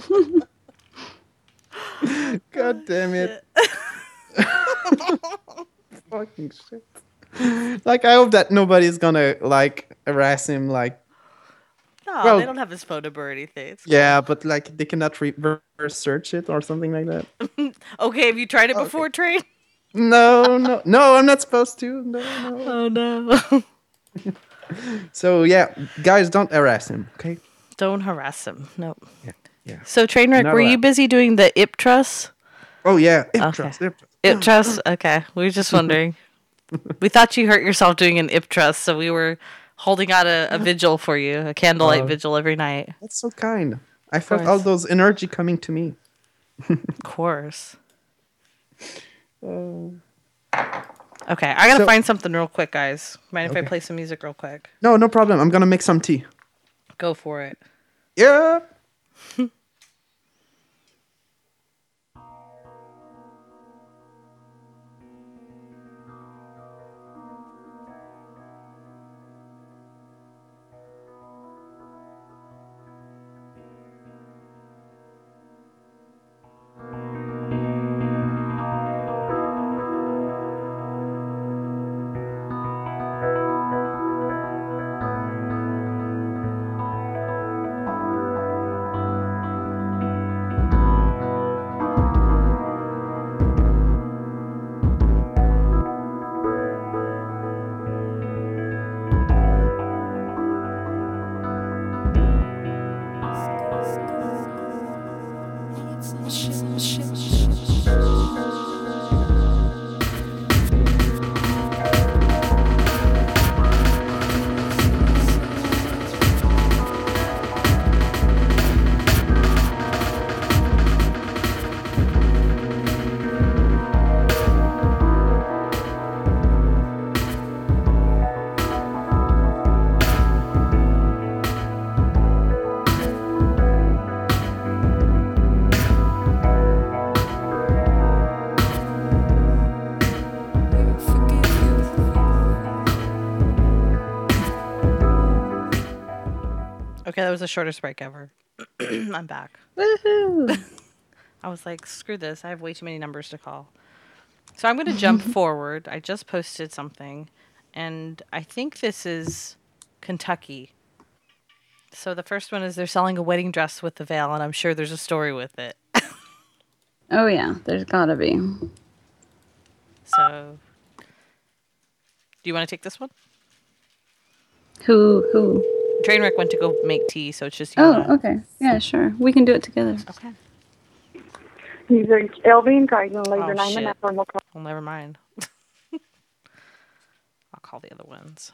so funny. God damn it! Fucking shit! Like I hope that nobody's gonna like harass him. Like No, Well- they don't have his phone number or anything. It's- yeah, but like they cannot reverse search it or something like that. Okay, have you tried it before, Train? No, no, no! I'm not supposed to. No, no. Oh no. So yeah, guys, don't harass him. Okay. don't harass him. Nope. yeah. So Trainwreck, Not were you allowed. busy doing the Iptrus? Oh yeah, it Okay. trust, it trust. Iptrus? Okay. We were just wondering. we thought you hurt yourself doing an Iptrus, so we were holding out a, a vigil for you, a candlelight Oh. vigil every night. That's so kind. I felt course. all those energy coming to me. Of course. Okay, I gotta Mm. So- find something real quick, guys. Mind if I Okay. play some music real quick? No, no problem. I'm gonna make some tea. Go for it. Yeah. Okay, that was the shortest break ever. I'm back. Woohoo! I was like, screw this. I have way too many numbers to call. So I'm going to jump forward. I just posted something, and I think this is Kentucky. So the first one is they're selling a wedding dress with the veil, and I'm sure there's a story with it. Oh yeah, there's gotta be. So, do you want to take this one? Who who? Trainwreck went to go make tea, so it's just you. and I. Oh, okay. Yeah, sure. We can do it together. okay. User Elvin Cardinal, leave Oh, your name shit. and number and we'll call. Well, never mind. I'll call the other ones.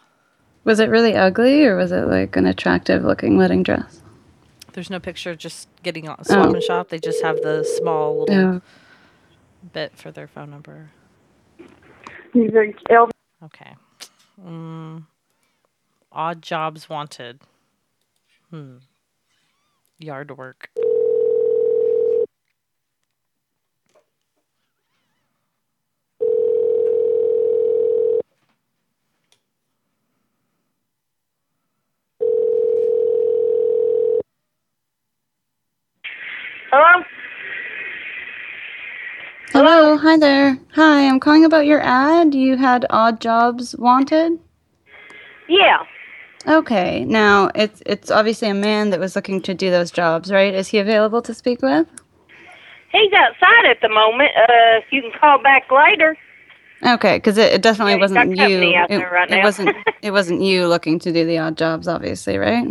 Was it really ugly or was it like an attractive looking wedding dress? There's no picture of just getting on swap Oh. and shop. They just have the small little Yeah. bit for their phone number. You think Elvin? Okay. Mm, odd jobs wanted. Hmm. Yard work. Hello? Hello, hi there. Hi, I'm calling about your ad. You had odd jobs wanted. Yeah. Okay, now it's it's obviously a man that was looking to do those jobs, right? Is he available to speak with? He's outside at the moment. Uh, you can call back later. Okay, because it, it definitely he's got wasn't you. company out it, there right it now. wasn't it wasn't you looking to do the odd jobs, obviously, right?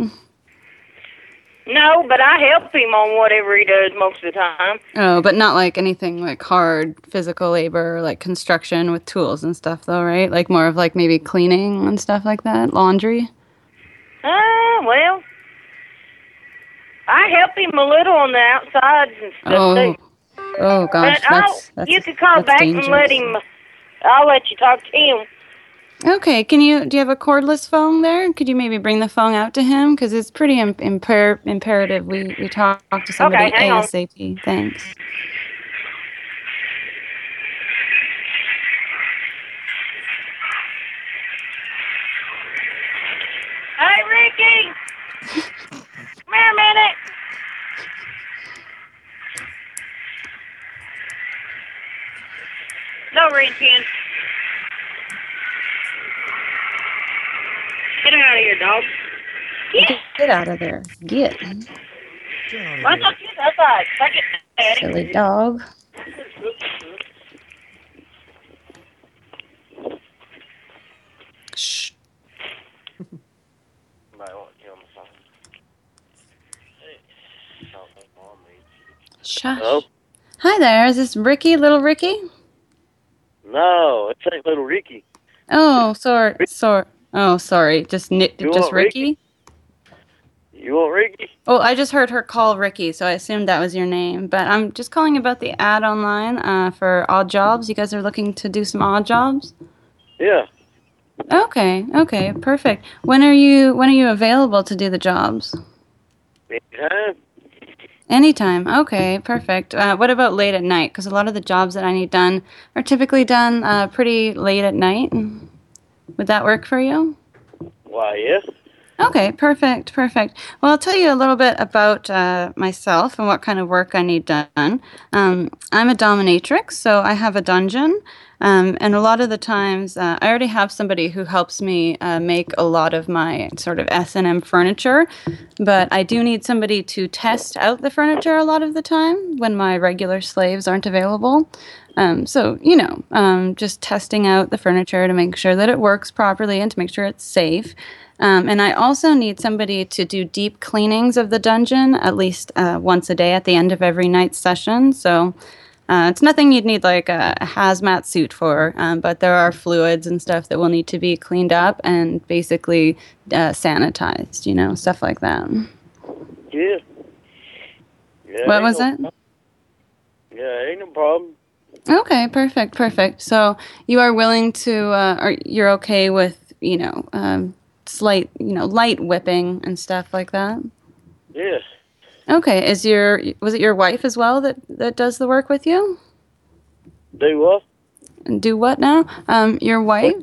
No, but I help him on whatever he does most of the time. Oh, but not like anything like hard physical labor, like construction with tools and stuff, though, right? Like more of like maybe cleaning and stuff like that, laundry. Uh, well, I help him a little on the outsides and stuff Oh, too. oh gosh, but I'll, that's that's you could call that's back and dangerous. let him. I'll let you talk to him. Okay, can you do you have a cordless phone there? Could you maybe bring the phone out to him because it's pretty Im- imper- imperative we we talk to somebody hang on. ASAP. Thanks. Hey, Ricky! Come here a minute! No reaching. Get out of here, dog. Get, get out of there. Get Why don't you that's outside? Take it, Daddy. silly dog. Shh. Shush. Hello? Hi there. Is this Ricky? Little Ricky? No, it's ain't little Ricky. Oh, sorry, sorry. Oh, sorry. Just nit. You just want Ricky? Ricky? You want Ricky? Oh, I just heard her call Ricky, so I assumed that was your name. But I'm just calling about the ad online uh, for odd jobs. You guys are looking to do some odd jobs. Yeah. Okay. Okay. Perfect. When are you When are you available to do the jobs? Anytime. Anytime. Okay, perfect. Uh, what about late at night? Because a lot of the jobs that I need done are typically done uh, pretty late at night. Would that work for you? Why, yes. Okay, perfect, perfect. Well, I'll tell you a little bit about uh, myself and what kind of work I need done. Um, I'm a dominatrix, so I have a dungeon. Um, and a lot of the times, uh, I already have somebody who helps me uh, make a lot of my sort of S and M furniture, but I do need somebody to test out the furniture a lot of the time when my regular slaves aren't available. Um, so, you know, um, just testing out the furniture to make sure that it works properly and to make sure it's safe. Um, and I also need somebody to do deep cleanings of the dungeon at least uh, once a day at the end of every night's session. So uh, it's nothing you'd need like a, a hazmat suit for, um, but there are fluids and stuff that will need to be cleaned up and basically uh, sanitized, you know, stuff like that. Yeah. yeah what ain't was no- it? Yeah, ain't no problem. Okay, perfect, perfect. So you are willing to, uh, or you're okay with, you know, um, slight, you know, light whipping and stuff like that. Yes. Okay, is your was it your wife as well that that does the work with you? Do what? And do what now? Um, your wife?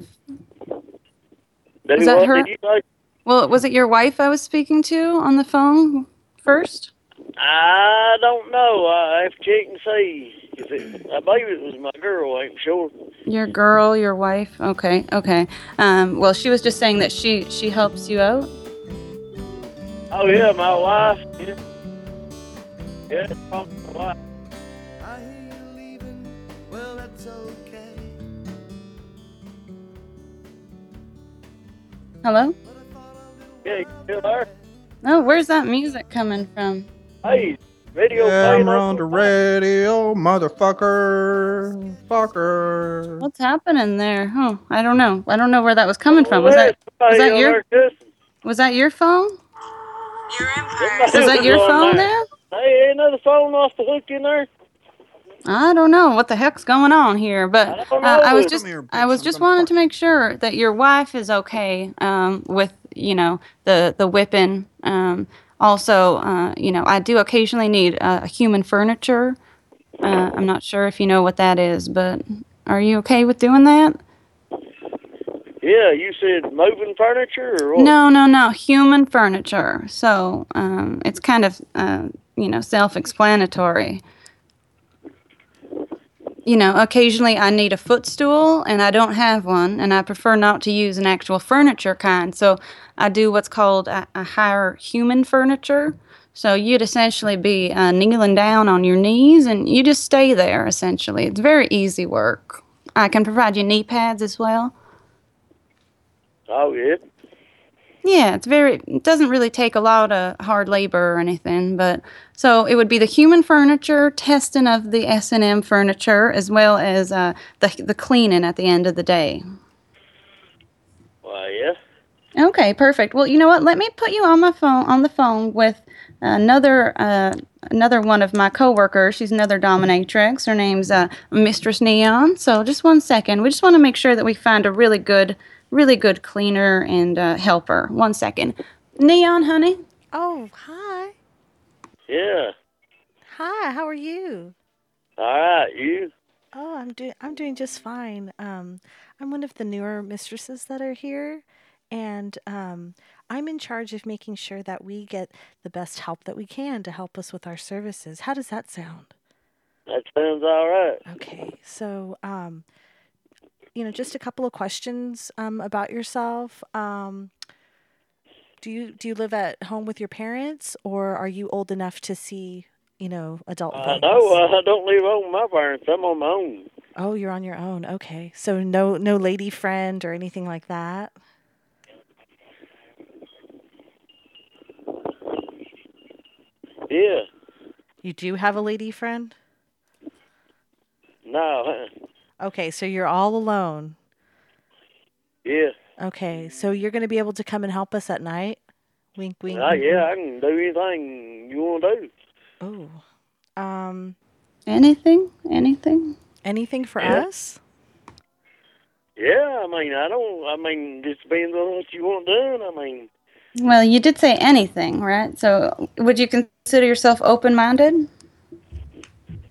Do Is that what? her- Did you say? Well, was it your wife I was speaking to on the phone first? I don't know. I have to check and see. If it, I believe it was my girl. I ain't sure. Your girl, your wife. Okay, okay. Um, well, she was just saying that she she helps you out. Oh, yeah, my wife. Yeah, yeah my wife. Well, that's okay. Hello? Oh, Yeah, you still there? No, where's that music coming from? Hey, Radio I'm playing up. on the radio, motherfucker. Fucker. What's happening there? Huh? I don't know. I don't know where that was coming from. Was that was that your was that your phone? Was that your phone there? Hey, ain't another phone off the hook in there? I don't know what the heck's going on here, but don't uh, I was know. just Come here, I was just wanting to make sure that your wife is okay um, with you know the the whipping. Um, also, uh, you know, I do occasionally need uh, human furniture. Uh, I'm not sure if you know what that is, but are you okay with doing that? Yeah, you said moving furniture or what? No, no, no. Human furniture. So um, it's kind of, uh, you know, self explanatory. You know, occasionally I need a footstool and I don't have one, and I prefer not to use an actual furniture kind. So I do what's called a, a higher human furniture. So you'd essentially be uh, kneeling down on your knees and you just stay there, essentially. It's very easy work. I can provide you knee pads as well. Oh, yeah. Yeah, it's very. It doesn't really take a lot of hard labor or anything, but so it would be the human furniture testing of the S and M furniture as well as uh, the the cleaning at the end of the day. Why, yeah. Okay, perfect. Well, you know what? Let me put you on my phone on the phone with another uh, another one of my coworkers. She's another dominatrix. Her name's uh, Mistress Neon. So just one second. We just want to make sure that we find a really good, really good cleaner and uh, helper. One second. Neon, honey. Oh, hi. Yeah. Hi, how are you? All right, you. Oh, I'm doing I'm doing just fine. Um, I'm one of the newer mistresses that are here, and um, I'm in charge of making sure that we get the best help that we can to help us with our services. How does that sound? That sounds all right. Okay, so um, you know, just a couple of questions um, about yourself. Um, do you do you live at home with your parents, or are you old enough to see, you know, adult? I things? know uh, I don't live on my parents. I'm on my own. Oh, you're on your own. Okay, so no no lady friend or anything like that. Yeah. You do have a lady friend. No. uh-uh. Okay, so you're all alone. Yeah. Okay, so you're going to be able to come and help us at night. Wink, wink. Uh, yeah, I can do anything you want to do. Oh. Um. Anything? Anything? Anything for Yeah. us? Yeah, I mean, I don't, I mean, just depends on what you want done. I mean, Well, you did say anything, right? So would you consider yourself open minded?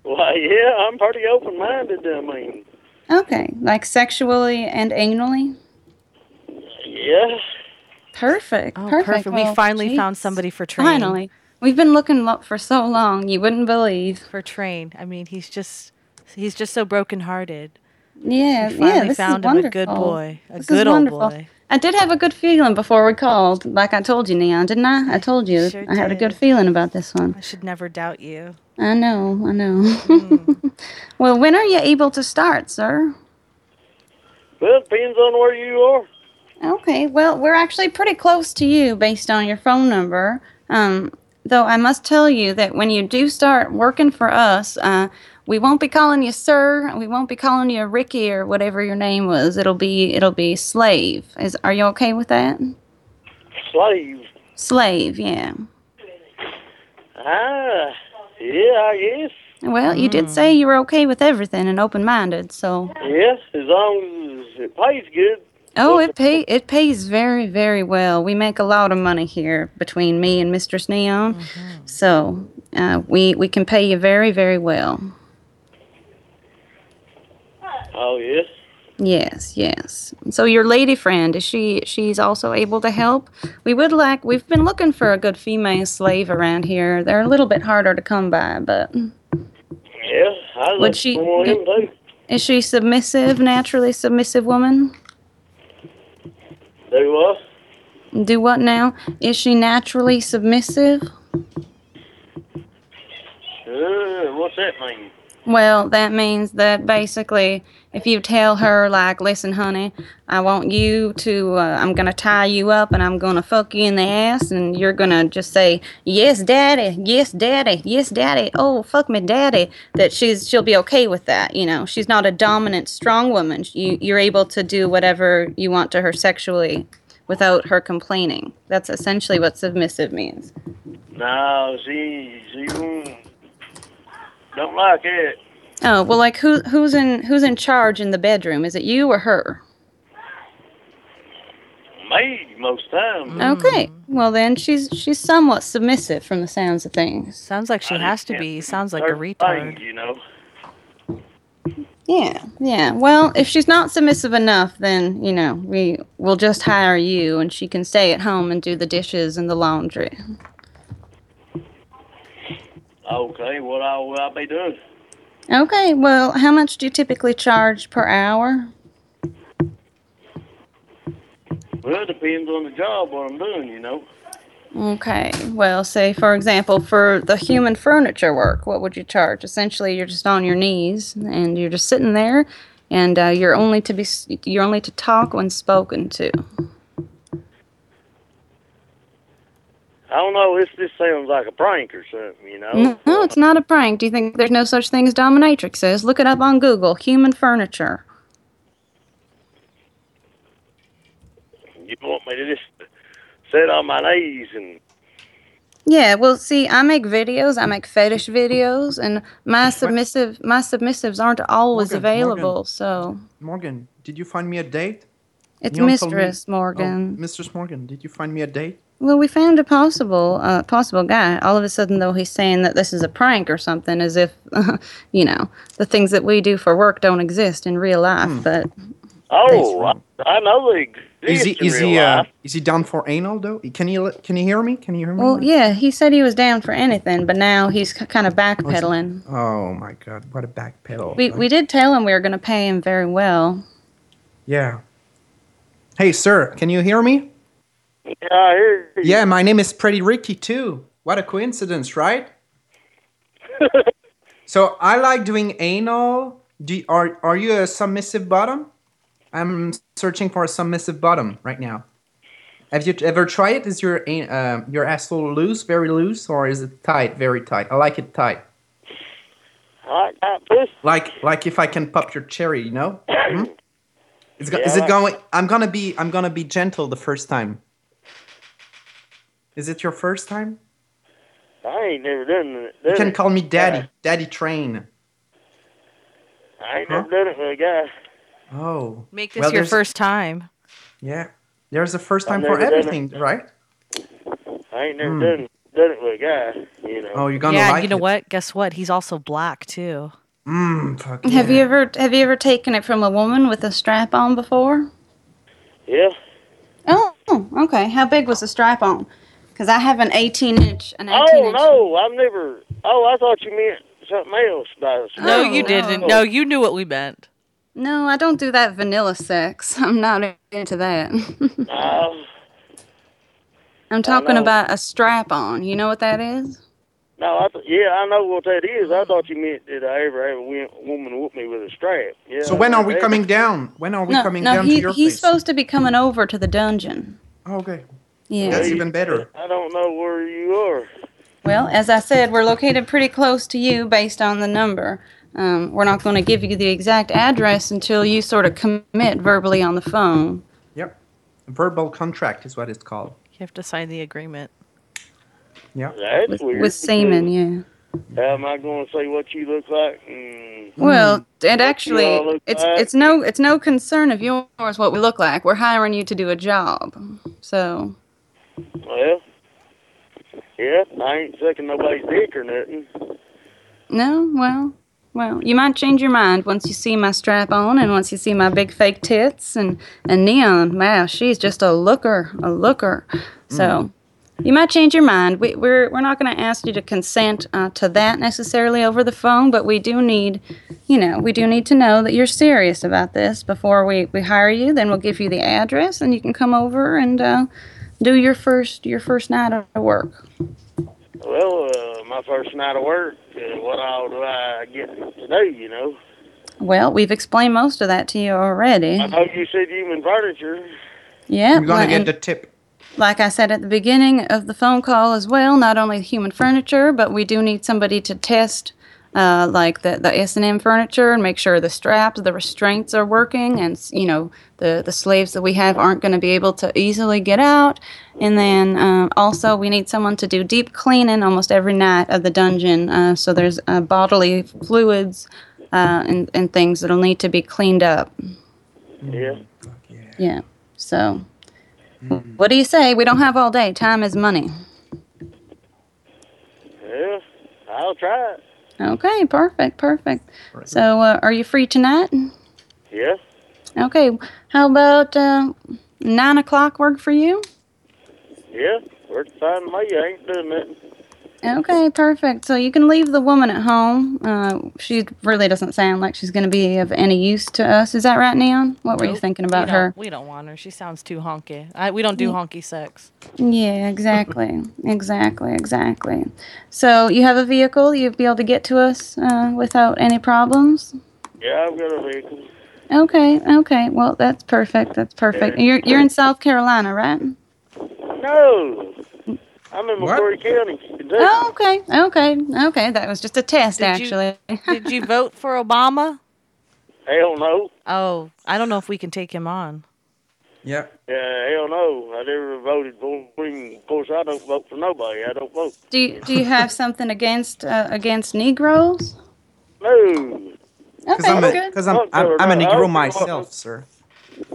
well, yeah, I'm pretty open minded. I mean, Okay, like sexually and anally. yeah. Perfect. Oh, perfect. perfect. We Well, finally found jeez. somebody for train. Finally. We've been looking lo- for so long, you wouldn't believe. For train. I mean, he's just he's just so brokenhearted. Yeah, We yeah. finally This found is him wonderful. a good boy, a This is good old wonderful. boy. I did have a good feeling before we called, like I told you, Neon, didn't I? I told you sure I had a good did. feeling about this one. I should never doubt you. I know, I know. Hmm. well, when are you able to start, sir? Well, it depends on where you are. Okay, well, we're actually pretty close to you based on your phone number. Um, though I must tell you that when you do start working for us, uh, we won't be calling you sir. We won't be calling you Ricky or whatever your name was. It'll be it'll be slave. Is are you okay with that? Slave. Slave, yeah. Ah, yeah, I guess. Well, you did say you were okay with everything and open-minded, so. Yes, as long as it pays good. Oh, it pay it pays very very well. We make a lot of money here between me and Mistress Neon, so uh, we we can pay you very very well. Oh, yes. Yes, yes. So your lady friend is she? She's also able to help. We would like. We've been looking for a good female slave around here. They're a little bit harder to come by, but Yeah, I Would like she- for him too. is she submissive? Naturally submissive woman. Do what? Do what now? Is she naturally submissive? Uh, what's that mean? Well, that means that basically, if you tell her, like, listen, honey, I want you to, uh, I'm going to tie you up and I'm going to fuck you in the ass, and you're going to just say, yes, daddy, yes, daddy, yes, daddy, oh, fuck me, daddy, that she's, she'll be okay with that. You know, she's not a dominant, strong woman. You, you're able to do whatever you want to her sexually without her complaining. That's essentially what submissive means. No, she she won't- don't like it. Oh, well, like who who's in who's in charge in the bedroom? Is it you or her? Me most time. Okay. Well, then she's she's somewhat submissive from the sounds of things. Sounds like she has to be. Sounds like a retard. Thing, you know. Yeah. Yeah. Well, if she's not submissive enough, then you know we will just hire you, and she can stay at home and do the dishes and the laundry. Okay, what I will I be doing? Okay. Well, how much do you typically charge per hour? Well, it depends on the job what I'm doing, you know. Okay. Well, say for example, for the human furniture work, what would you charge? Essentially, you're just on your knees and you're just sitting there, and uh, you're only to be s- you're only to talk when spoken to. I don't know. This this sounds like a prank or something, you Oh. know. No, it's not a prank. Do you think there's no such thing as dominatrixes? Look it up on Google. Human furniture. You want me to just sit on my knees and Yeah, well, see, I make videos. I make fetish videos, and my submissive my submissives aren't always Morgan, available. Morgan. So Morgan, did you find me a date? It's You don't tell me- Mistress Oh, Morgan. Mistress Morgan, did you find me a date? Well, we found a possible uh, possible guy. All of a sudden, though, he's saying that this is a prank or something, as if you know the things that we do for work don't exist in real life. But oh, I, I know they Is exist he in is real he uh, life. is he down for anal though? Can he li- can he hear me? Can he hear me? well, yeah, he said he was down for anything, but now he's k- kind of backpedaling. Oh my god, what a backpedal. We we did tell him we were going to pay him very well. Yeah. Hey sir, can you hear me? Yeah, I hear you. Yeah, my name is Pretty Ricky too. What a coincidence, right? so I like doing anal. Do are are you a submissive bottom? I'm searching for a submissive bottom right now. Have you ever tried it? Is your an- um your asshole loose, very loose, or is it tight, very tight? I like it tight. I got this. Like like if I can pop your cherry, you know. Hmm? It's go- is Yeah. it going? I'm gonna be I'm gonna be gentle the first time. Is it your first time? I ain't never done it. You Done can it. call me Daddy. Daddy Train. I ain't never done it with a guy. Oh. Make this Well, your there's- first time. Yeah. There's a first I've time for never done it. everything, right? I ain't never Hmm. done done it with a guy, you know. Oh, you're gonna yeah, and like you know it. what? Guess what? He's also black too. Mmm, fuck. Have you ever have you ever taken it from a woman with a strap on before? Yeah. Oh, okay. How big was the strap on? Because I have an 18 inch, an 18 Oh inch. no, I've never. Oh, I thought you meant something else. By Oh, No, you didn't. No, you knew what we meant. No, I don't do that vanilla sex. I'm not into that. No, I'm talking know. about a strap on. You know what that is? no. I th- yeah, I know what that is. I thhoughtyou meant did I ever have a wo- woman whoop me with a strap? Yeah. So when are we that- coming down? When are we no, coming no, down he, to your he's place? Oh, supposed to be coming over to the dungeon. okay. Yeah. That's even better. I don't know where you are. Well, as I said, we're located pretty close to you based on the number. Um, we're not going to give you the exact address until you sort of commit verbally on the phone. Yep. Verbal contract is what it's called. You have to sign the agreement. Yeah. That's With- weird. with semen, yeah. How am I going to say what you look like? Mm, Hmm. Well, and all actually, look it's alike. it's no it's no concern of yours what we look like. We're hiring you to do a job, so well, yeah, I ain't sucking nobody's dick or nothing. no, well, well, you might change your mind once you see my strap on and once you see my big fake tits and and neon. Wow, she's just a looker, a looker. So. You might change your mind. We, we're, we're not going to ask you to consent uh, to that necessarily over the phone, but we do need, you know, we do need to know that you're serious about this before we, we hire you. Then we'll give you the address, and you can come over and uh, do your first your first night of work. Well, uh, my first night of work. Uh, what all do I get to do? You know. Well, we've explained most of that to you already. I know you said human furniture. Yeah. You're gonna well, get and the tip. like I said at the beginning of the phone call as well, not only the human furniture, but we do need somebody to test uh, like the, the S&M furniture and make sure the straps, the restraints are working and, s- you know, the, the slaves that we have aren't going to be able to easily get out. And then um, also we need someone to do deep cleaning almost every night of the dungeon. Uh, so there's uh, bodily fluids uh, and, and things that'll need to be cleaned up. Yeah. Yeah. So, what do you say? We don't have all day. Time is money. Yeah. I'll try it. Okay. Perfect. Perfect. So, uh, are you free tonight? Yeah. Okay. How about uh, nine o'clock work for you? Yeah. Work's fine. with Me, I ain't doing nothing. Okay. Perfect. So you can leave the woman at home. Uh, she really doesn't sound like she's going to be of any use to us. Is that right, Neon? What were you Nope. thinking We about don't- her? We don't want her. She sounds too honky. I, we don't do Ye- honky sex. Yeah, exactly. exactly, exactly. So you have a vehicle, you'd be able to get to us uh, without any problems? Yeah, I've got a vehicle. Okay, okay. Well, that's perfect. That's perfect. You're you're in South Carolina, right? No. I'm in McCory County, Kentucky. Oh, okay, okay, okay. That was just a test, actually. Did you vote for Obama? Hell no. Oh, I don't know if we can take him on. Yeah. Yeah, hell no. I never voted for him. Of course, I don't vote for nobody. I don't vote. Do you, do you have something against uh, against Negroes? No. Because I'm, a, cause I'm, I'm, I'm a Negro myself, sir.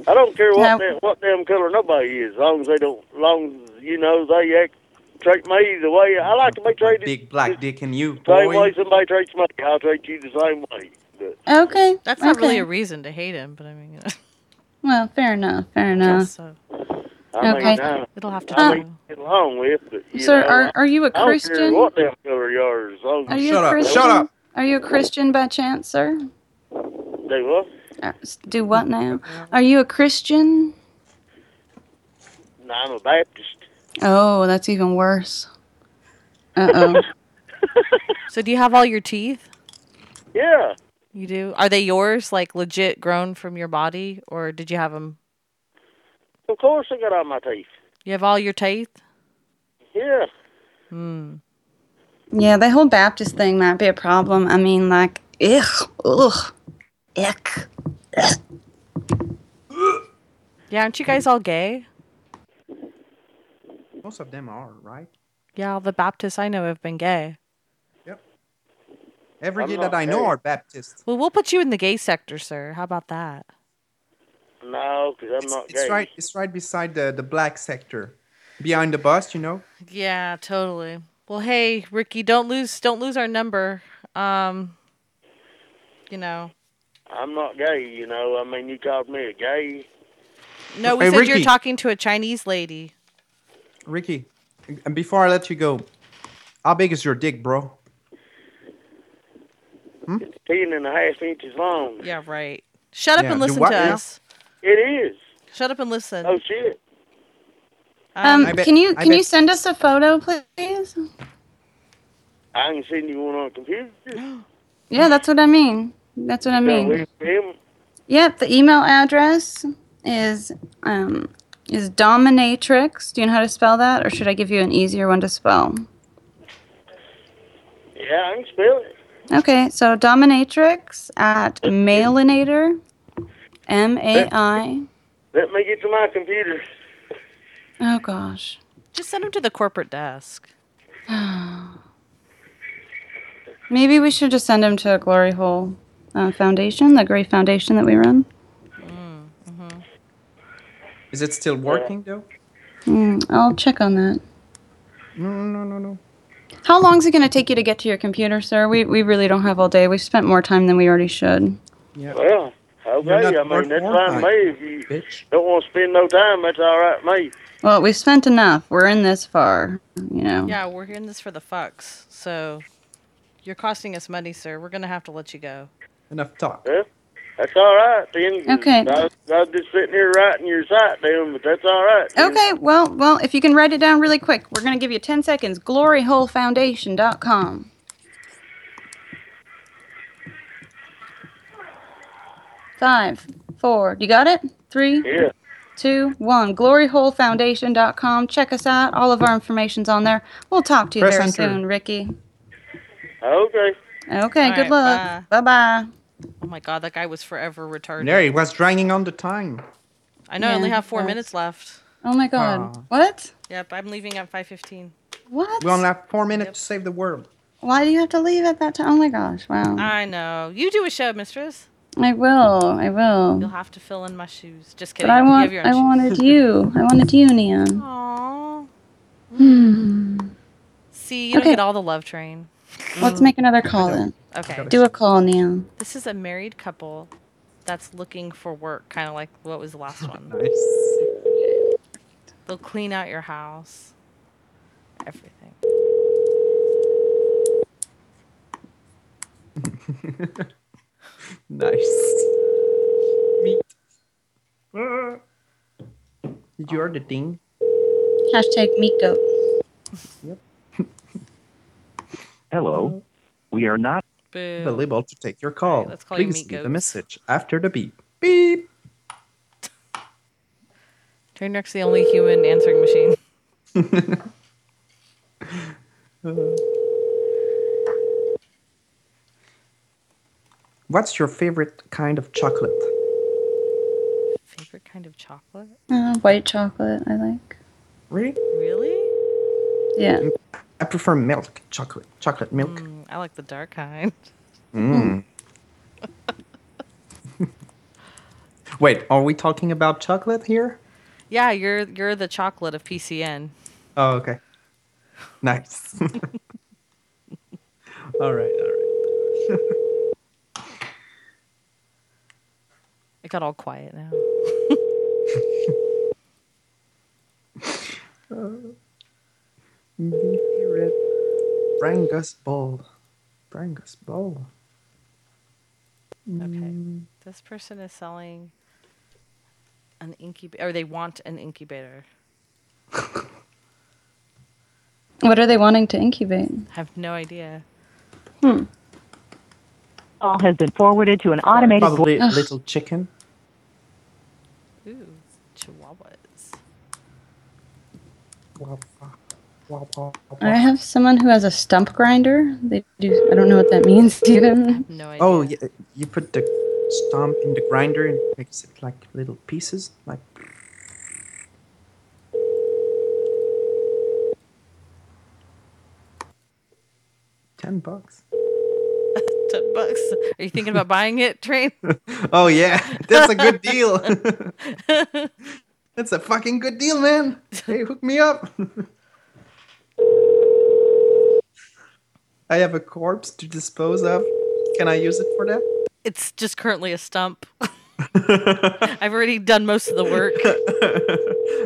I don't care what No. damn, what damn color nobody is, as long as they don't, as long as you know they act treat me the way I like to be treated. Big black dick and you, the same boy. way somebody treats me, I'll treat you the same way. But Okay. That's not really okay. a reason to hate him, but I mean, you know. Well, fair enough. Fair I enough. guess so. I mean, Okay. nah, It'll have to I Um, do. mean, get along with. But, you Sir, know, are- are you a I don't care Christian? what damn color you are, as long as Are you a Christian? Are you a Christian by chance, sir? They what? Uh, s- Do what now? Are you a Christian? No, I'm a Baptist. Oh, that's even worse. Uh oh. So, do you have all your teeth? Yeah. You do? Are they yours, like legit grown from your body, or did you have them? Of course, I got all my teeth. You have all your teeth? Yeah. Hmm. yeah, the whole Baptist thing might be a problem. I mean, like, ugh, ugh, ick. Yeah, aren't you guys all gay? Most of them are, right? Yeah, all the Baptists I know have been gay. Every I'm gay not that I know gay. are Baptist. Well, we'll put you in the gay sector, sir. How about that? No, because I'm not It's gay. right. It's right beside the, the black sector, behind the bus. You know. Yeah, totally. Well, hey, Ricky, don't lose don't lose our number. Um, you know, I'm not gay, you know. I mean, you called me a gay. no, we Hey, said you're Ricky. talking to a Chinese lady. Ricky, and before I let you go, how big is your dick, bro? Ten and a half inches long. Yeah, right. Shut up Yeah, and do listen what to now? us. It is. Shut up and listen. Oh shit. Um, I bet- can you I can you bet- send us a photo, please? I can send you one on the computer. Yeah, that's what I mean. That's what I mean. Him. Yep, the email address is um is dominatrix. Do you know how to spell that, or should I give you an easier one to spell? Yeah, I can spell it. Okay, so dominatrix at mailinator, M A I. Let me get to my computer. Oh gosh. Just send him to the corporate desk. Maybe we should just send him to Glory Hole uh, Foundation, the great foundation that we run. Is it still working though? Mm, I'll check on that. No, no, no, no. How long is it going to take you to get to your computer, sir? We, we really don't have all day. We've spent more time than we already should. Well, okay. I mean, that's fine with me. If you don't want to spend no time, that's all right with me. Well, we've spent enough. We're in this far, you know. Yeah, we're hearing this for the fucks. So you're costing us money, sir. We're gonna have to let you go. Enough talk. Yeah. That's all right then. Okay. I, I'm just sitting here writing your site down, but that's all right. Okay, well, well, if you can write it down really quick, we're going to give you 10 seconds. Gloryholefoundation.com. Five, four, you got it? Three, Yeah. two, one. Gloryholefoundation.com. Check us out. All of our information's on there. We'll talk to you Press very enter. soon, Ricky. Okay. Okay, All good right, luck. Bye bye. Oh my god, that guy was forever retarded. There, it was dragging on the time. I know I Yeah, only have four that's- minutes left. Oh my God. What? Yep, I'm leaving at five fifteen. What? We only have four minutes to save the world. Why do you have to leave at that time? Oh my gosh. Wow. I know. You do a show, mistress. I will. I will. You'll have to fill in my shoes. Just kidding. But I you want, have your own Mm. I shoes. wanted you. I wanted you, Neon. Aww. Hmm. See, you Okay. don't get all the love train. Let's make another call then. Okay. Do a call, Neon. This is a married couple that's looking for work, kind of like what was the last one. They'll clean out your house, everything. Nice. Meet. Ah. You're the thing. Hashtag meat goat. Hello. We are not Boo. available to take your call. let's call you Please meat leave a goats. message after the beep. Beep. Trainwreck's the only human answering machine. What's your favorite kind of chocolate? Favorite kind of chocolate? Uh, white chocolate, I like. Really? Really? Yeah. I prefer milk chocolate. Chocolate milk. Mm, I like the dark kind. Mm. Wait, are we talking about chocolate here? Yeah, you're you're the chocolate of PCN. Oh, okay. Nice. all right, all right. It got all quiet now. Leafy red Brangus ball. Brangus ball. Okay. This person is selling an incubator, or they want an incubator. What are they wanting to incubate? Have no idea. Hmm. Call has been forwarded to an automated. Probably Ugh. little chicken. Ooh, chihuahuas. I Oh. have someone who has a stump grinder. They do. I don't know what that means even. No idea. Oh, yeah, you put the stomp in the grinder and makes it like little pieces. Like ten bucks. Ten bucks. Are you thinking about buying it, Train? Oh yeah, that's a good deal. that's a fucking good deal, man. Hey, hook me up. I have a corpse to dispose of. Can I use it for that? It's just currently a stump. I've already done most of the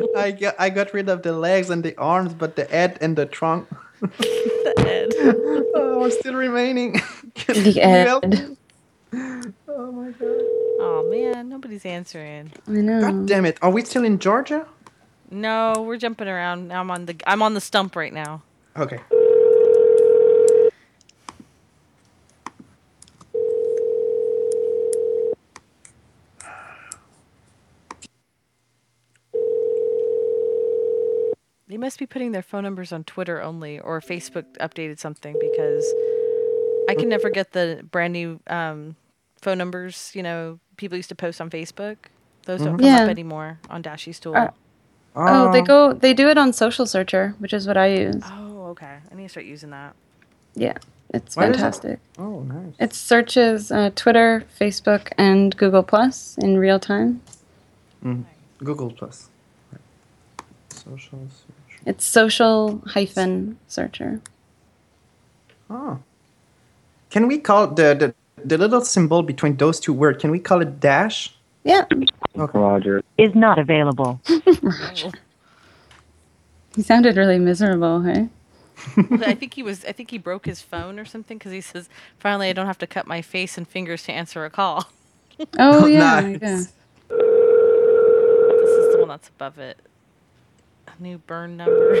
work. I got, I got rid of the legs and the arms, but the head and the trunk oh, are still remaining. Can The you help head. me? Oh my god. Oh man, nobody's answering. I know. God damn it. Are we still in Georgia? No, we're jumping around. Now I'm on the I'm on the stump right now. Okay. They must be putting their phone numbers on Twitter only, or Facebook updated something because I can never get the brand new um, phone numbers. You know, people used to post on Facebook. Those don't Mhm. come up Yeah. anymore on Dashy's tool. Uh, oh, they go. They do it on Social Searcher, which is what I use. oh, okay. I need to start using that. Yeah, it's Where is it? fantastic. Oh, nice. It searches uh, Twitter, Facebook, and Google Plus in real time. Mm. Google Plus. Social search. It's social hyphen searcher. Oh. Can we call the, the the little symbol between those two words? Can we call it dash? Yeah. Roger. Is not available. He sounded really miserable, hey? But I think he was. I think he broke his phone or something because he says, "Finally, I don't have to cut my face and fingers to answer a call." Oh, yeah, yeah. This is the one that's above it. A new burn number.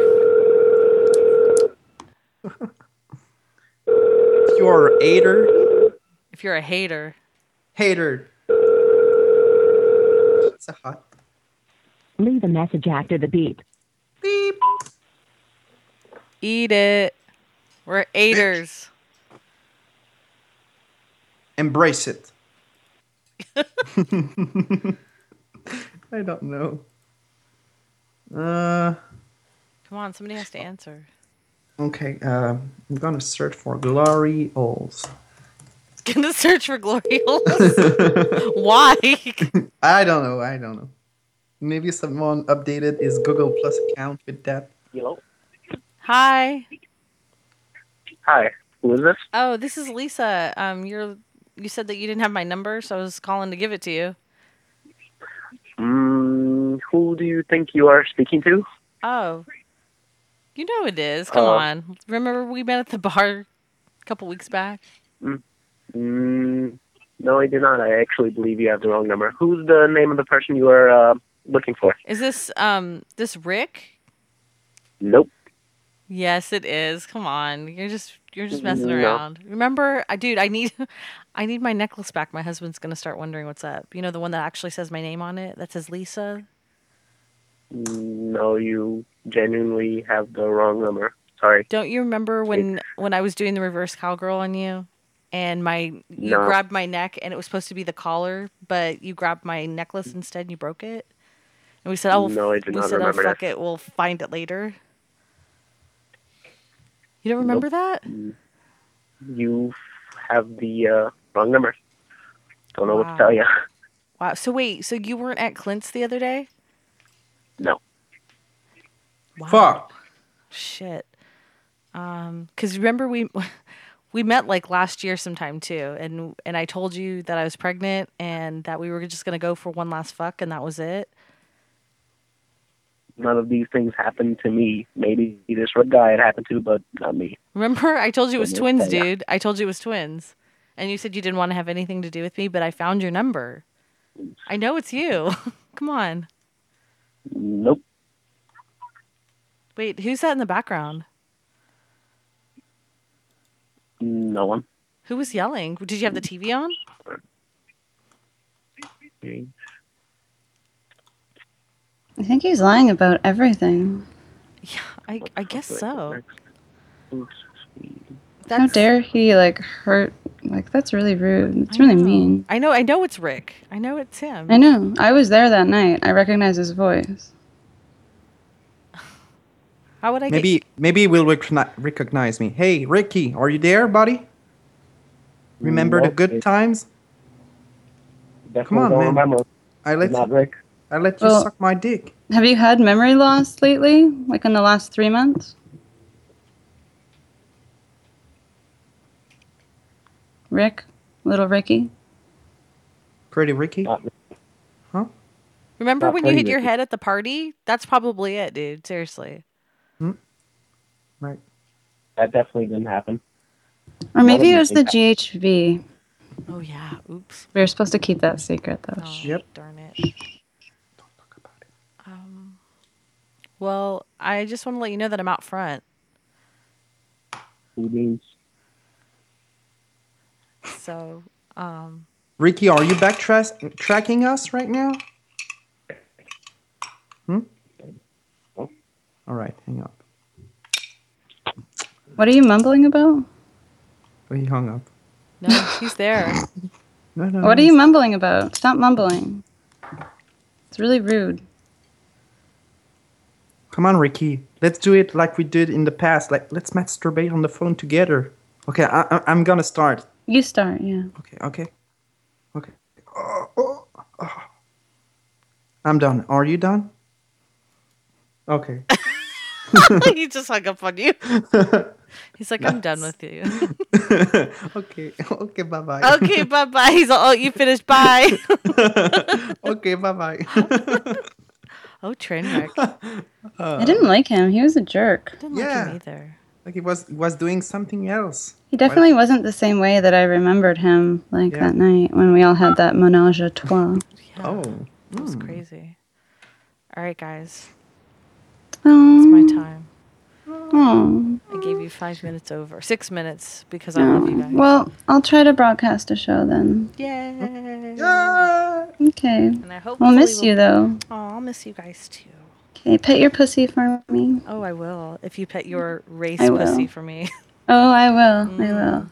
If you're a hater, If you're a hater, hater. It's a hot. Leave a message after the beep. beep. Eat it. We're haters. Embrace it. I don't know. Uh, Come on, somebody has to answer. okay. Uh, I'm gonna search for glory holes. Gonna search for glory holes. Why? I don't know. I don't know. Maybe someone updated his Google Plus account with that. Hello. Hi. Hi. Who is this? Oh, this is Lisa. Um, you're you said that you didn't have my number, so I was calling to give it to you. Mm, who do you think you are speaking to? Oh, you know it is. Come Uh, on. Remember we met at the bar a couple weeks back. Mm, no, I do not. I actually believe you have the wrong number. Who's the name of the person you are uh, looking for? Is this um this Rick? Nope. Yes, it is. Come on, you're just you're just messing No. around. Remember, I dude, I need I need my necklace back. My husband's gonna start wondering what's up. You know the one that actually says my name on it. That says Lisa. No, you genuinely have the wrong number. Sorry. Don't you remember when when I was doing the reverse cowgirl on you, and my you No. grabbed my neck and it was supposed to be the collar, but you grabbed my necklace instead and you broke it. And we said, "Oh, No, I do we not said, oh, remember that. fuck it, we'll find it later." You don't remember that? You have the uh, wrong number. Don't know what Wow. to tell you. Wow. So wait, so you weren't at Clint's the other day? No. Wow. Fuck. Shit. Um, because remember we we met like last year sometime too, and and I told you that I was pregnant and that we were just gonna go for one last fuck, and that was it. None of these things happened to me. Maybe this red guy it happened to, but not me. Remember, I told you it was Yeah, twins, yeah. dude. I told you it was twins, and you said you didn't want to have anything to do with me, but I found your number. I know it's you. Come on. Nope. Wait, who's that in the background? No one. Who was yelling? Did you have the TV on? I think he's lying about everything. I I guess so. How That's- dare he like hurt? Like that's really rude. It's really mean. I know. I know it's Rick. I know it's him. I know. I was there that night. I recognize his voice. How would I get? Maybe maybe he will recogni- recognize me. Hey, Ricky, are you there, buddy? Remember the Nope, good it- times? Definitely Come on, don't man. remember. I let Not you, Rick. I let you Well- suck my dick. Have you had memory loss lately? Like in the last three months? Rick, little Ricky. Pretty Ricky. Huh? Remember Not when you hit pretty your Ricky. head at the party? That's probably it, dude. Seriously. That definitely didn't happen. Or maybe Not it was the anything. GHB. Oh yeah. Oops. We were supposed to keep that secret though. Oh. Yep. Darn it. Don't talk about it. Um. Well, I just want to let you know that I'm out front. Who means? So, um, Ricky, are you backtracking tracking us right now? Hmm? All right, hang up. What are you mumbling about? Oh, He hung up. no, he's there. No, no. What are no. you mumbling about? Stop mumbling. It's really rude. Come on, Ricky. Let's do it like we did in the past. Like let's masturbate on the phone together. Okay, I, I, I'm gonna start. You start, yeah. Okay, okay, okay. Oh, oh, oh. I'm done. Are you done? Okay. he just hung up on you. He's like, I'm done with you. okay. Okay. Bye bye. okay, bye bye. He's all, oh, you finished. Bye. okay. Bye bye. oh, train wreck. Uh. I didn't like him. He was a jerk. Didn't like him either. Like he was was doing something else. He definitely wasn't the same way that I remembered him like Yeah. that night when we all had that menage a trois. Oh, That was crazy. All right, guys. It's my time. Oh. I gave you five minutes over. Six minutes because I love you guys. Well, I'll try to broadcast a show then. Yay! Okay. And I hope I'll miss you though. Oh, I'll miss you guys too. Okay, pet your pussy for me. Oh, I will. If you pet your race I will. pussy for me. Oh, I will. Mm. I will.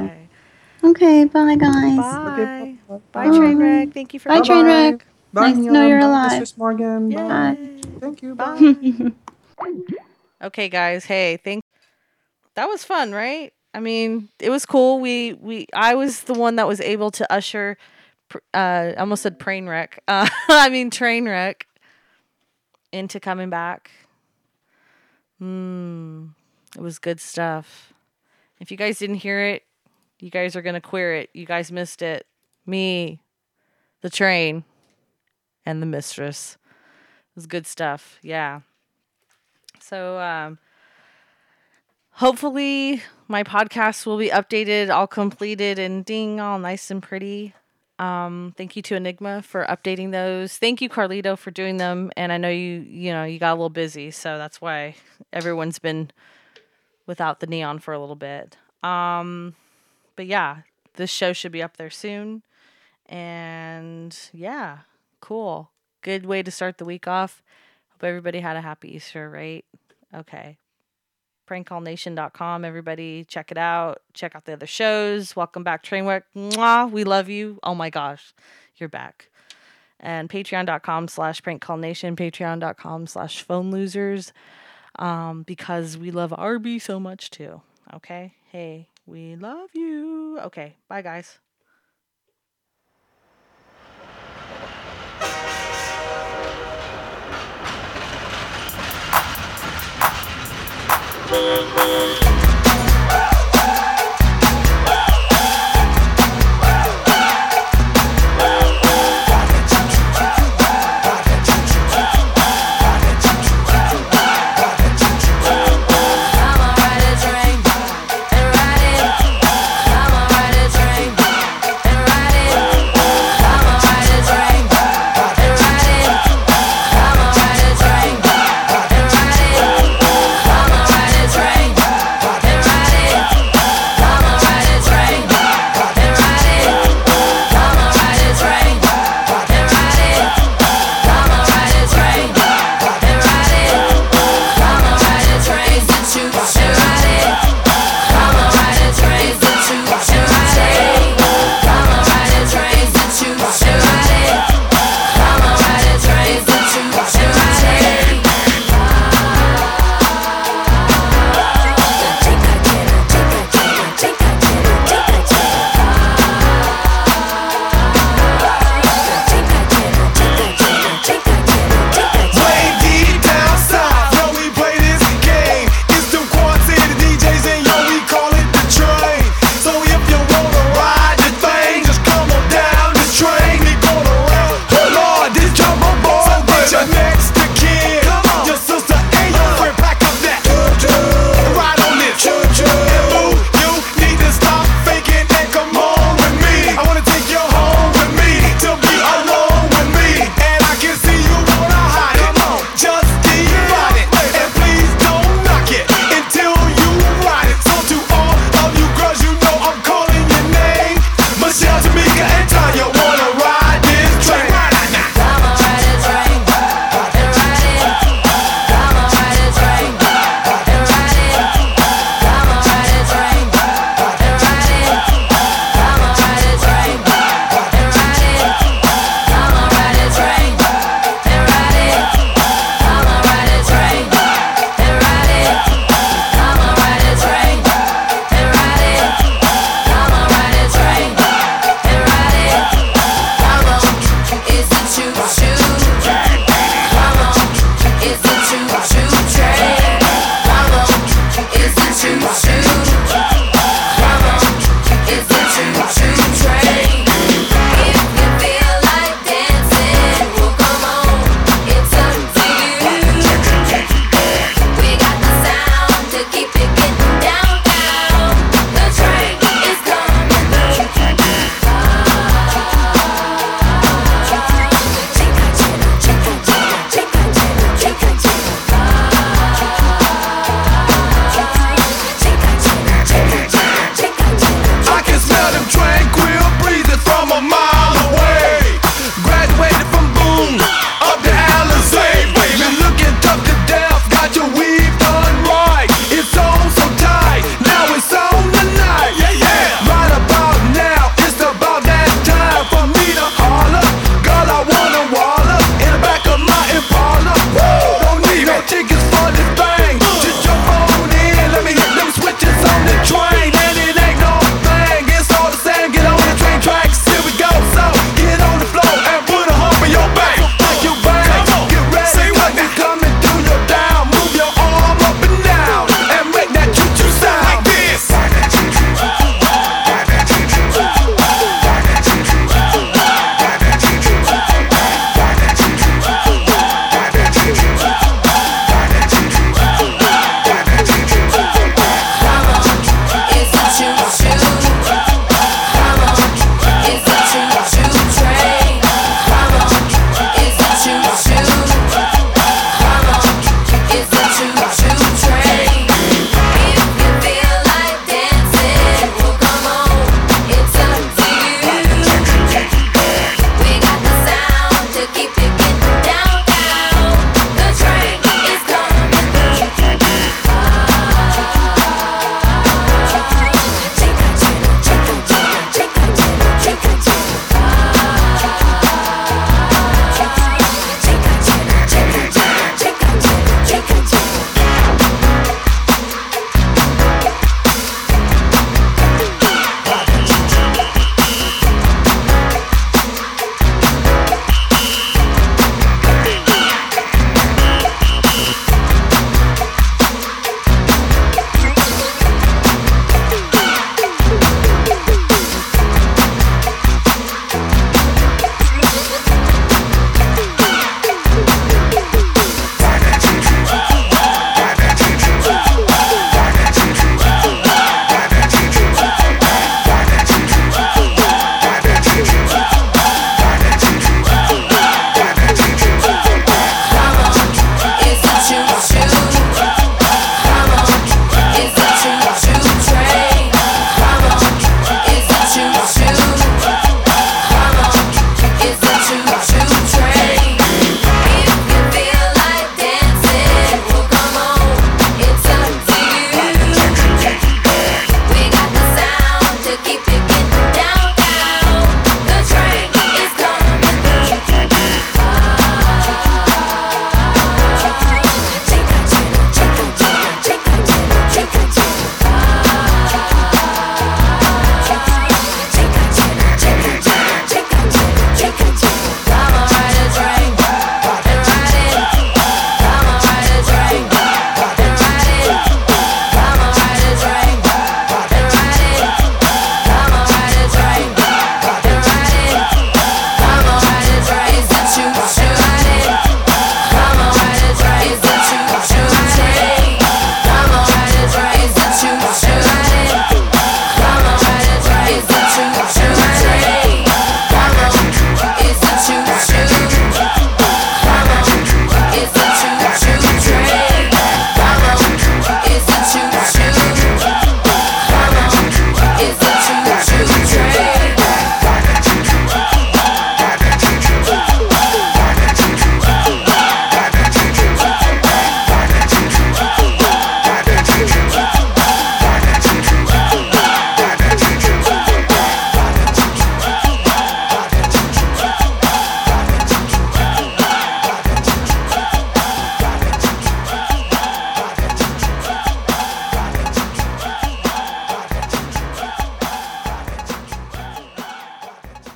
I will. Okay, bye guys. Bye. Bye, Trainwreck. Thank you for Bye, calling. Trainwreck. Bye, nice to know Neon. you're Bye, alive. Mrs. Morgan. Bye. Thank you. Bye. okay, guys. Hey, thank. That was fun, right? I mean, it was cool. We we I was the one that was able to usher. pr- Uh, I almost said train wreck. Uh, I mean train wreck. Into coming back. Hmm. It was good stuff. If you guys didn't hear it, you guys are gonna queer it. You guys missed it. Me, the train, and the mistress. It was good stuff. Yeah. So um hopefully my podcast will be updated, all completed and ding, all nice and pretty. Um thank you to Enigma for updating those. Thank you Carlito for doing them and I know you you know you got a little busy, so that's why everyone's been without the neon for a little bit. Um but yeah, this show should be up there soon. And yeah, cool. Good way to start the week off. Hope everybody had a happy Easter, right? Okay. Prankcallnation.com. Everybody, check it out. Check out the other shows. Welcome back, Trainwreck. Mwah, we love you. Oh my gosh, you're back. And patreon.com slash prankcallnation, patreon.com slash phone losers, um, because we love Arby so much too. Okay. Hey, we love you. Okay. Bye, guys. Thank you. oh,